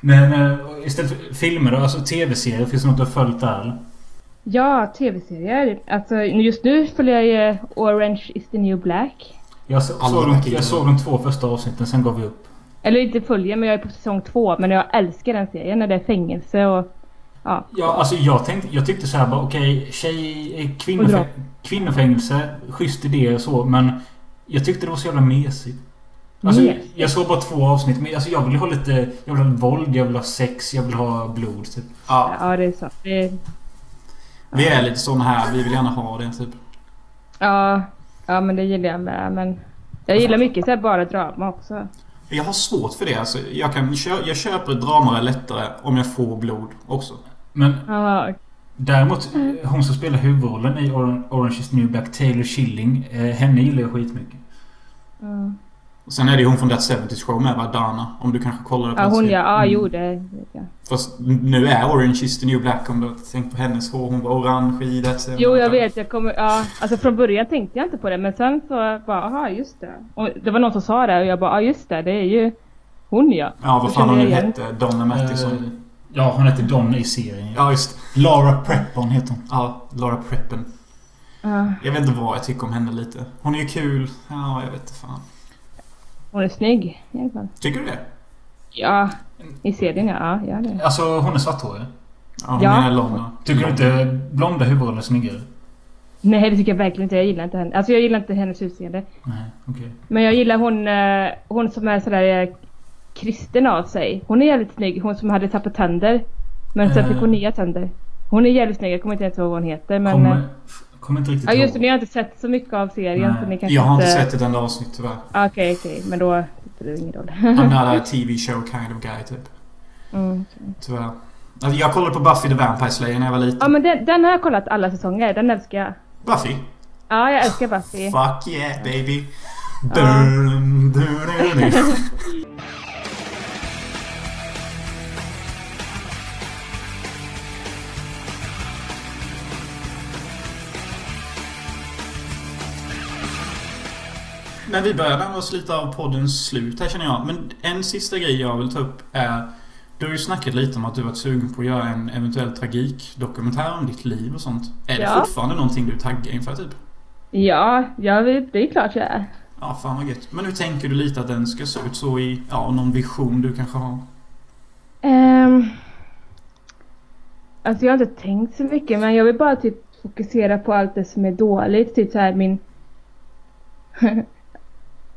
B: Men eh, och istället för filmer då, alltså tv-serier, finns det något du har följt där eller?
C: Ja, tv-serier. Alltså just nu följer jag ju Orange is the new black.
B: Jag, så,
A: Alla
B: såg de,
A: killar.
B: jag såg de två första avsnitten, sen gav vi upp.
C: Eller inte följer men jag är på säsong två. Men jag älskar den serien när det är fängelse och... Ja.
B: Ja, alltså jag, tänkte, jag tyckte så här bara okej, tjej... eh,
C: Och
B: Kvinnofäng,
C: dra.
B: kvinnofängelse, schysst idé och så men jag tyckte det var så jävla mesigt. Alltså,
C: Mesigt?
B: Jag såg bara två avsnitt men alltså, jag vill ju ha lite... Jag vill ha våld, jag vill ha sex, jag vill ha blod typ.
A: Ja,
C: Ja, det är så. Det är...
A: vi är lite såna här. Vi vill gärna ha det, typ.
C: Ja, ja, men det gillar jag med. Men jag gillar mycket så här bara drama också.
A: Jag har svårt för det. Alltså, jag, kan, kö- jag köper ett drama lättare om jag får blod också.
B: Men
C: Ja,
B: Däremot, eh, hon som spelar huvudrollen i Or- Orange is the new black, Taylor Schilling, eh, henne gillar jag skitmycket.
C: ja.
A: Sen är det ju hon från That 70 Show med, va? Dana. Om du kanske kollar det på
C: ja
A: den
C: hon
A: sidan.
C: ja. Ja,
B: Mm.
C: jo det vet jag.
A: Fast nu är Orange is the new black om du tänker på hennes hår. Hon var orange i That 70
C: Jo, jag vet. Jag kommer... Ja, alltså från början tänkte jag inte på det. Men sen så bara, aha, just det. Och det var någon som sa det och jag bara, ja just det. Det är ju hon ja.
A: Ja, vad
C: Jag
A: fan hon
C: känner
A: nu
C: igen.
A: hette. Donna Mattisson.
B: Eh, Ja, hon heter Don i serien.
A: Ja, just
B: Lara Prepon heter hon.
A: Ja, Laura Preppen.
C: Ja,
A: Jag vet inte vad jag tycker om henne lite. Hon är ju kul. Ja, jag vet inte fan.
C: hon är snygg i alla fall.
A: Tycker du det?
C: Ja, i serien ja. Ja, ja det är.
B: Alltså, hon är svarthårig.
A: Ja, hon
C: Ja.
A: menar Lonna.
B: Tycker du inte blonda huvudroller är snyggare?
C: Nej, det tycker jag verkligen inte. Jag gillar inte henne. Alltså jag gillar inte hennes utseende.
B: Nej, okej.
C: Men jag gillar hon, eh, hon som är sådär eh, kristen av sig. Hon är jävligt snygg. Hon som hade tappat tänder. Men sen
B: Eh.
C: fick hon nya tänder. Hon är jävligt snygg. Jag kommer inte ens ihåg vad hon heter. Men, eh,
B: Kommer kom inte riktigt
C: ja just det,
B: ihåg.
C: ni har inte sett så mycket av serien.
B: Nej,
C: så ni kanske
A: Jag har inte sett ett enda avsnitt tyvärr.
C: Ah, Okej, okej. Men då spelar det ingen roll.
A: Another TV show kind of guy typ.
C: Mm.
A: Tyvärr. Alltså, jag kollade på Buffy the Vampire Slayer när jag var
C: Ja
A: liten.
C: men den, den har jag kollat alla säsonger. Den älskar jag.
A: Buffy?
C: Ja, jag älskar Buffy.
A: Fuck yeah baby.
C: Ja.
A: Dun, dun, dun, dun. Men vi börjar närma oss lite av poddens slut här känner jag. Men en sista grej jag vill ta upp är Du har ju snackat lite om att du varit sugen på att göra en eventuell tragikdokumentär om ditt liv och sånt. Är det
C: Ja.
A: fortfarande någonting du taggar inför typ?
C: Ja, ja vi- det är klart jag är.
A: Ja, fan vad gött. Men hur tänker du lite att den ska se ut så i, ja, någon vision du kanske har?
C: Um, alltså jag har inte tänkt så mycket men jag vill bara typ fokusera på allt det som är dåligt. Typ så här min...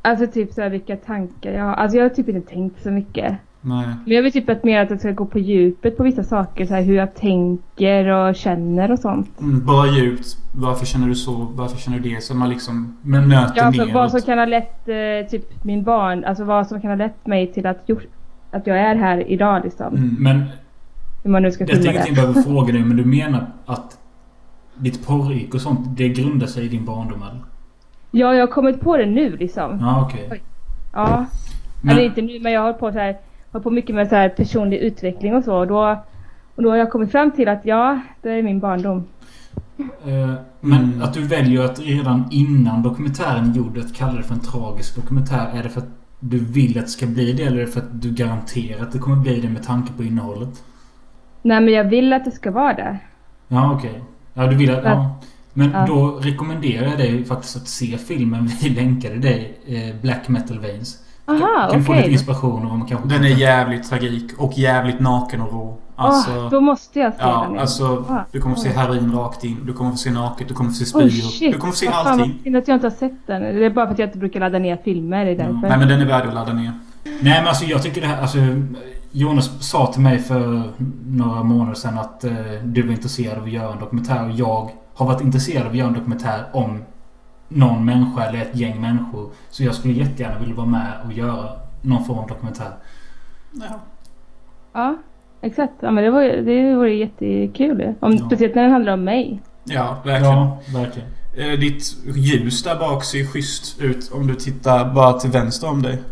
C: alltså typ så här vilka tankar jag har. Alltså jag har typ inte tänkt så mycket.
A: Nej.
C: Men jag vill typ att mer att jag ska gå på djupet på vissa saker. Så här hur jag tänker och känner och sånt.
A: Mm, bara djupt. Varför känner du så? Varför känner du det? Så man liksom
B: Men-
A: nöter
C: Ja, alltså
A: neråt.
C: vad som kan ha lett eh, typ min barn. Alltså vad som kan ha lett mig till att, gjort, att jag är här idag liksom.
A: Mm. Men,
B: Men
C: Hur man nu ska
B: jag
C: filma
B: tänker att
C: det.
B: jag behöver fråga dig, men du menar att ditt porrgick och sånt, det grundar sig i din barndom eller?
C: Ja, jag har kommit på det nu liksom.
B: Ja, okej.
C: Ja.
B: Men-
C: Eller inte nu men jag har hållit på, så här, hållit på mycket med så här personlig utveckling och så. Och då, och då har jag kommit fram till att ja, det är min barndom.
B: Eh, Men
A: Mm.
B: att du väljer att redan innan dokumentären gjord att kalla det för en tragisk dokumentär. Är det för att du vill att det ska bli det eller är det för att du garanterar att det kommer bli det med tanke på innehållet?
C: Nej men jag vill att det ska vara det.
B: Ja, okej. Ja, du vill att... Ja. Men
C: Ja.
B: då rekommenderar jag dig faktiskt att se filmen vi länkade dig, eh, Black Metal Veins.
C: Aha,
B: Du kan få lite
C: okej.
B: inspiration och vad man kanske...
A: den är jävligt tragik och jävligt naken och rå. Alltså,
C: Åh, Ah, då måste jag se den
A: ja,
C: nu.
A: alltså
C: Ah,
A: du kommer få se
C: oj.
A: heroin rakt in. Du kommer få se naket. Du kommer få se
C: Oj,
A: spyor.
C: shit.
A: du kommer få se
C: Vad fan,
A: allting.
C: Vad synd att jag inte har sett den. Det är bara för att jag inte brukar ladda ner filmer. Det är därför.
A: Mm. Nej men den är värd att ladda ner.
B: Nej men alltså jag tycker det här... Alltså, Jonas sa till mig för några månader sedan att eh, du var intresserad av att göra en dokumentär och jag har varit intresserad av att göra en dokumentär om någon människa eller ett gäng människor. Så jag skulle jättegärna vilja vara med och göra någon form av dokumentär.
A: Ja.
C: Ja, exakt. Ja, men det, var, det vore jättekul ju. om,
A: Ja.
C: Speciellt när den handlar om mig.
A: Ja, verkligen.
B: Ja, verkligen.
A: Eh, Ditt ljus där bak ser ju schysst ut om du tittar bara till vänster om dig.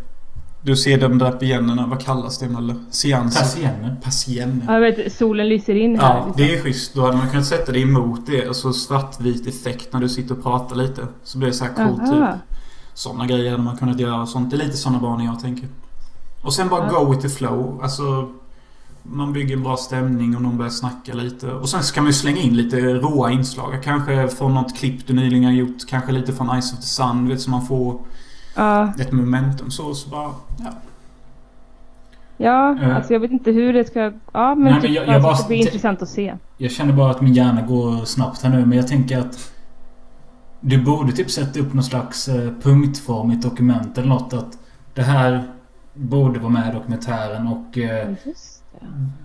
A: Du ser de där pianerna, vad kallas det? Eller seanser?
B: Persienner.
A: Persienner.
C: Ja, jag vet, solen lyser in här. liksom.
A: Ja, det är schysst. Då hade man kunnat sätta det emot det. Alltså svartvit effekt när du sitter och pratar lite. Så blir det så här coolt
C: Aha.
A: typ. Sådana grejer hade man kunnat göra och sånt. Det är lite sådana banor jag tänker. Och sen bara
C: Ja.
A: go with the flow. Alltså... Man bygger en bra stämning och någon börjar snacka lite. Och sen så kan man ju slänga in lite råa inslag. Kanske från något klipp du nyligen har gjort. Kanske lite från Ice of the Sun. Du vet, så man får
C: Ja,
A: ett momentum. Så, så bara... Ja.
C: ja
B: Eh.
C: alltså jag vet inte hur det ska... Ja, men,
B: Nej, men
C: typ
B: jag-
C: bara
B: jag
C: så
B: bara- Eh.
C: att det blir intressant att se.
B: Jag känner bara att min hjärna går snabbt här nu men jag tänker att du borde typ sätta upp någon slags eh, punktform i ett dokument eller något att det här borde vara med i dokumentären och eh,
C: Just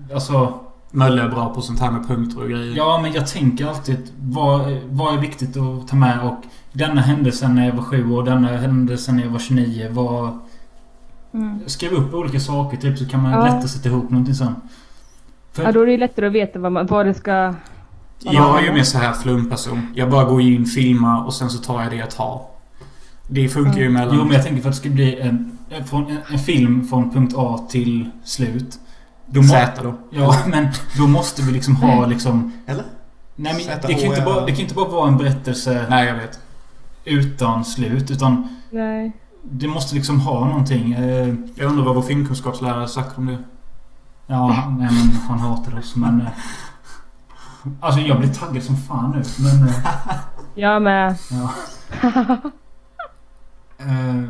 C: det.
B: alltså
A: Mölle är bra på sånt här med punkter och grejer.
B: ja men jag tänker alltid vad, vad är viktigt att ta med och denna händelsen när jag var sju år, denna händelsen när jag var 29. Vad,
C: Mm.
B: skriv upp olika saker typ så kan man
C: Ja.
B: lättare sätta ihop någonting sen. För-
C: Ja, då är det ju lättare att veta vad, man, vad det ska...
A: Jag är ju mer så här flumperson. Jag bara går in, filmar och sen så tar jag det jag tar. Det funkar
C: Mm.
A: ju mellan...
B: Jo, men jag tänker för att det ska bli en, en, från- en, en film från punkt A till slut. Då må,
A: Z då.
B: ja, men då måste vi liksom ha liksom...
A: Eller?
B: Nej, men
A: Sätta
B: det kan, ju inte
A: H,
B: bara,
A: ja.
B: det kan ju inte bara vara en berättelse
A: Nej, jag vet.
B: utan slut. Utan
C: Nej.
B: det måste liksom ha någonting. Eh,
A: Jag undrar vad vår filmkunskapslärare sagt om det.
B: Ja, nej, men han hatar oss, men... eh, Alltså jag blir taggad som fan nu, men... eh,
C: Jag med.
B: Ja. Eh,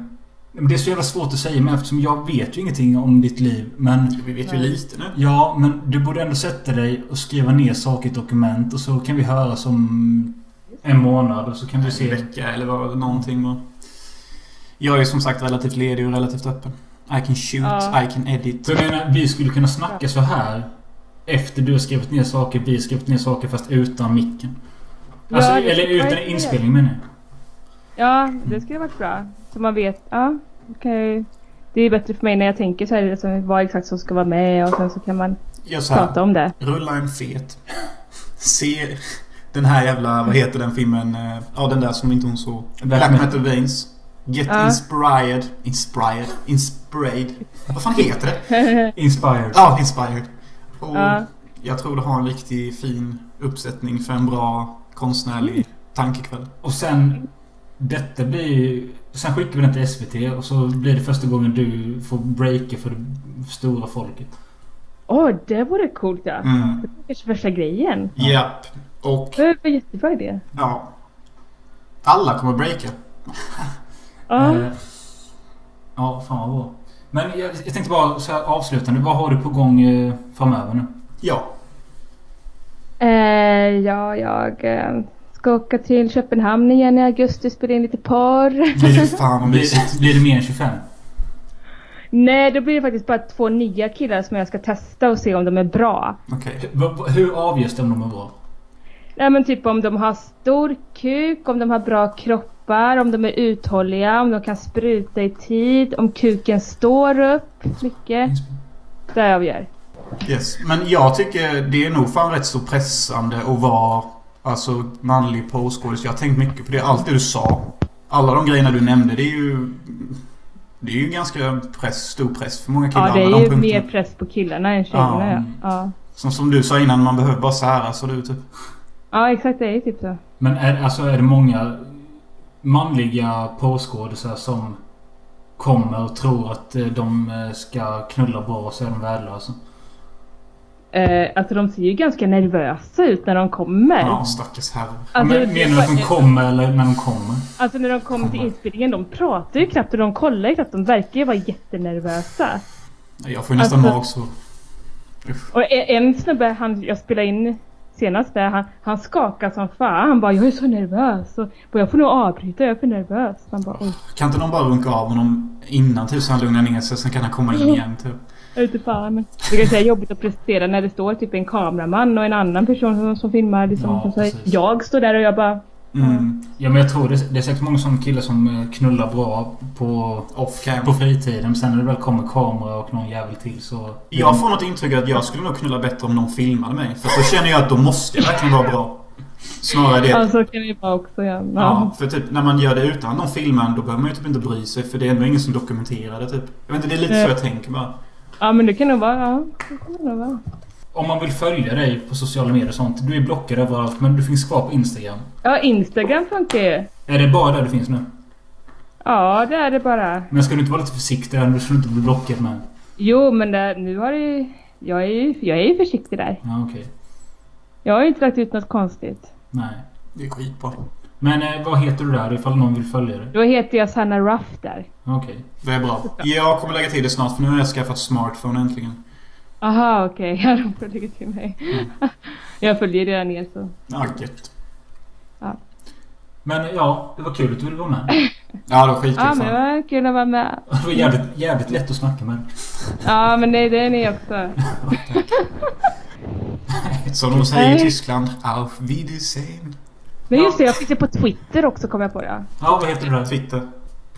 B: men det är så jävla svårt att säga, men eftersom jag vet ju ingenting om ditt liv, men...
A: Vi vet ju
C: Nej.
A: lite nu.
B: Ja, men du borde ändå sätta dig och skriva ner saker i ett dokument och så kan vi höra som en månad och så kan vi
A: En
B: se.
A: vecka eller vad, någonting. bara. Jag är som sagt relativt ledig och relativt öppen. I can shoot,
C: Ja.
A: I can edit.
B: För jag menar, vi skulle kunna snacka så här efter du har skrivit ner saker, vi har skrivit ner saker fast utan micken. Alltså,
C: Ja, det-
B: eller
C: ja,
B: utan
C: jag ser
B: inspelning menar jag.
C: Ja, det skulle varit bra. Så man vet. Ja, okay. Det är bättre för mig när jag tänker så här, liksom, vad exakt som ska vara med och sen så kan man
A: Gör så här.
C: prata om det.
A: Rulla en fet. Se den här jävla, vad heter den filmen? Eh, Ja, den där som inte hon såg. Black Metal Veins. Get
C: Ja.
A: inspired. Inspired. Inspired. Vad fan heter det?
B: Inspired.
A: Ja, Inspired. Och
C: Ja.
A: Jag tror det har en riktigt fin uppsättning för en bra konstnärlig
C: Mm.
A: tankekväll.
B: Och sen... Detta blir ju... Sen skickar vi den till SVT och så blir det första gången du får breaka för det stora folket.
C: Åh, det vore coolt ja.
A: Mm.
C: Det var kanske värsta grejen.
A: Japp. Och
C: Det var en jättebra idé.
A: ja. Alla kommer breaka.
C: Ja.
B: Eh, Ja, fan vad bra. Men jag, jag tänkte bara så här avslutande. Vad har du på gång eh, framöver nu?
A: Ja.
C: Eh, ja, jag eh, ska åka till Köpenhamn igen i augusti spela in lite porr.
A: Fy fan vad mysigt.
B: Blir, blir det mer än 25?
C: Nej, då blir det faktiskt bara två nya killar som jag ska testa och se om de är bra.
A: Okej.
B: V- v- Hur avgörs det om de är bra?
C: Nej men typ om de har stor kuk, om de har bra kroppar, om de är uthålliga, om de kan spruta i tid, om kuken står upp mycket. Det avgör.
A: Yes. Men jag tycker det är nog fan rätt så pressande att vara alltså, manlig porrskådis. Jag har tänkt mycket på det. Allt det du sa. Alla de grejerna du nämnde. Det är ju... Det är ju ganska press, stor press för många killar.
C: Ja det
A: alla de
C: är ju
A: punkterna.
C: mer
B: typ.
C: press på killarna än tjejerna ja. Ja,
A: Som, som du sa innan, man behöver bara sära så du typ.
C: ja exakt det är ju typ så.
B: Men är, alltså, är det många manliga porrskådisar som kommer och tror att eh, de eh, ska knulla bra och så är de värdelösa?
C: Eh, alltså de ser ju ganska nervösa ut när de kommer.
A: Ja, stackars herre.
C: Alltså,
B: Men, menar du att de kommer eller när de kommer?
C: alltså när de kommer till inspelningen, de pratar ju knappt och de kollar ju knappt. De verkar ju vara jättenervösa.
A: Jag får ju nästan
C: Alltså-
A: magsår.
C: Och e- en snubbe han, jag spelade in senast där, han, han skakade som fan. Han bara jag är så nervös. Och, bara, jag får nog avbryta, jag är för nervös. Man bara oj,
A: Kan inte någon bara runka av honom innan typ så han lugnar ner sig, sen kan han komma
C: Mm.
A: in igen typ.
C: jag vet inte fan. Det kanske är jobbigt att prestera när det står typ en kameraman och en annan person som, som filmar. Liksom,
B: Ja,
C: som säger,
B: precis.
C: jag står där och jag bara
A: Mm.
B: Ja men jag tror det, det är säkert många sådana killar som eh, knullar bra på,
A: Off cam.
B: på fritiden. Men sen när det väl kommer kamera och någon jävel till så...
A: Jag får något intryck att jag skulle nog knulla bättre om någon filmade mig. För då känner jag att då måste jag verkligen vara bra. Snarare det.
C: alltså kan det ju vara också ja.
A: Ja, för typ när man gör det utan någon filmar då behöver man ju typ inte bry sig för det är ändå ingen som dokumenterar det typ. Jag vet inte, det är lite så
C: Eh.
A: jag tänker bara.
C: Ja men det kan nog vara, ja. Det kan det nog vara.
B: Om man vill följa dig på sociala medier och sånt. Du är blockad överallt men du finns kvar på Instagram.
C: Ja Instagram funkar ju.
B: Är det bara där du finns nu?
C: Ja det är det bara.
B: Men ska du inte vara lite försiktig där? Du ska inte bli blockad med.
C: Jo men det, nu har det ju, jag är ju, jag är ju försiktig där.
B: Ja okej.
C: Jag har ju inte lagt ut något konstigt.
B: Nej.
A: Det är skitbra.
B: Men eh, vad heter du där ifall någon vill följa dig?
C: Då heter jag Sanna Ruff där.
B: Okej.
A: Det är bra. Jag kommer lägga till det snart för nu har jag skaffat smartphone äntligen.
C: Aha, okej. Ja, de får lägga till mig. jag följer redan er så.
A: Ja, gött.
B: Men ja, det var kul att du ville vara med.
A: Ja, det var skitkul.
C: Ja, men
A: fan.
C: det var kul att vara med.
B: Det var jävligt, jävligt lätt att snacka med.
C: Ja, men det, det är ni också.
A: Som de säger i
C: Nej.
A: Tyskland. Auf Wiedersehen.
C: Men just det, jag finns ju på Twitter också kom jag på det.
B: Ja, vad heter du där?
A: Twitter.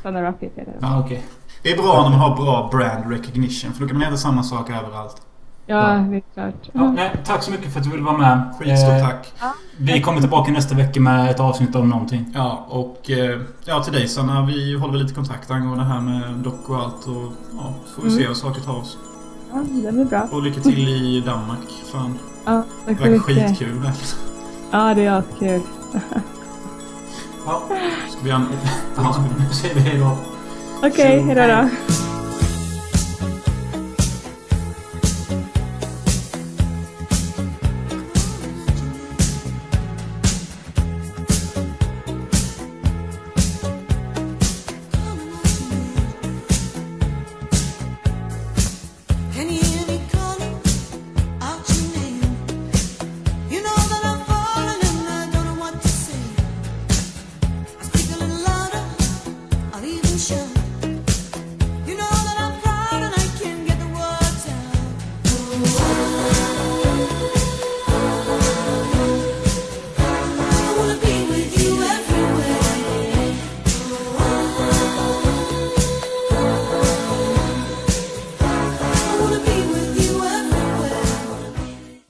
C: Sanna Ruff heter jag där.
B: Ja, okej.
A: Det är bra när man har bra brand recognition för då kan man heta samma sak överallt.
C: Ja, det är klart.
B: Ja, nej, tack så mycket för att du ville vara med.
A: Skitstort
B: Eh,
A: tack.
B: Vi kommer tillbaka nästa vecka med ett avsnitt om någonting.
A: Ja, och eh, ja, till dig Sanna, vi håller väl lite kontakt angående det här med dock och allt och ja, så får vi
C: Mm.
A: se vad saker tar oss.
C: Ja, det blir bra.
A: Och lycka till i Danmark. Fan,
C: Ja, tack
A: det
C: så
A: verkar
C: mycket.
A: skitkul verkligen.
C: Ja, det är askul.
B: Ja,
A: Ska vi göra en-
B: ja nu säger vi hejdå.
C: Okej,
B: Så,
C: hejdå
B: hej.
C: då.
D: Can you hear me calling out your name? You know that I'm falling and I don't know what to say. I speak a little louder, I'll even shout.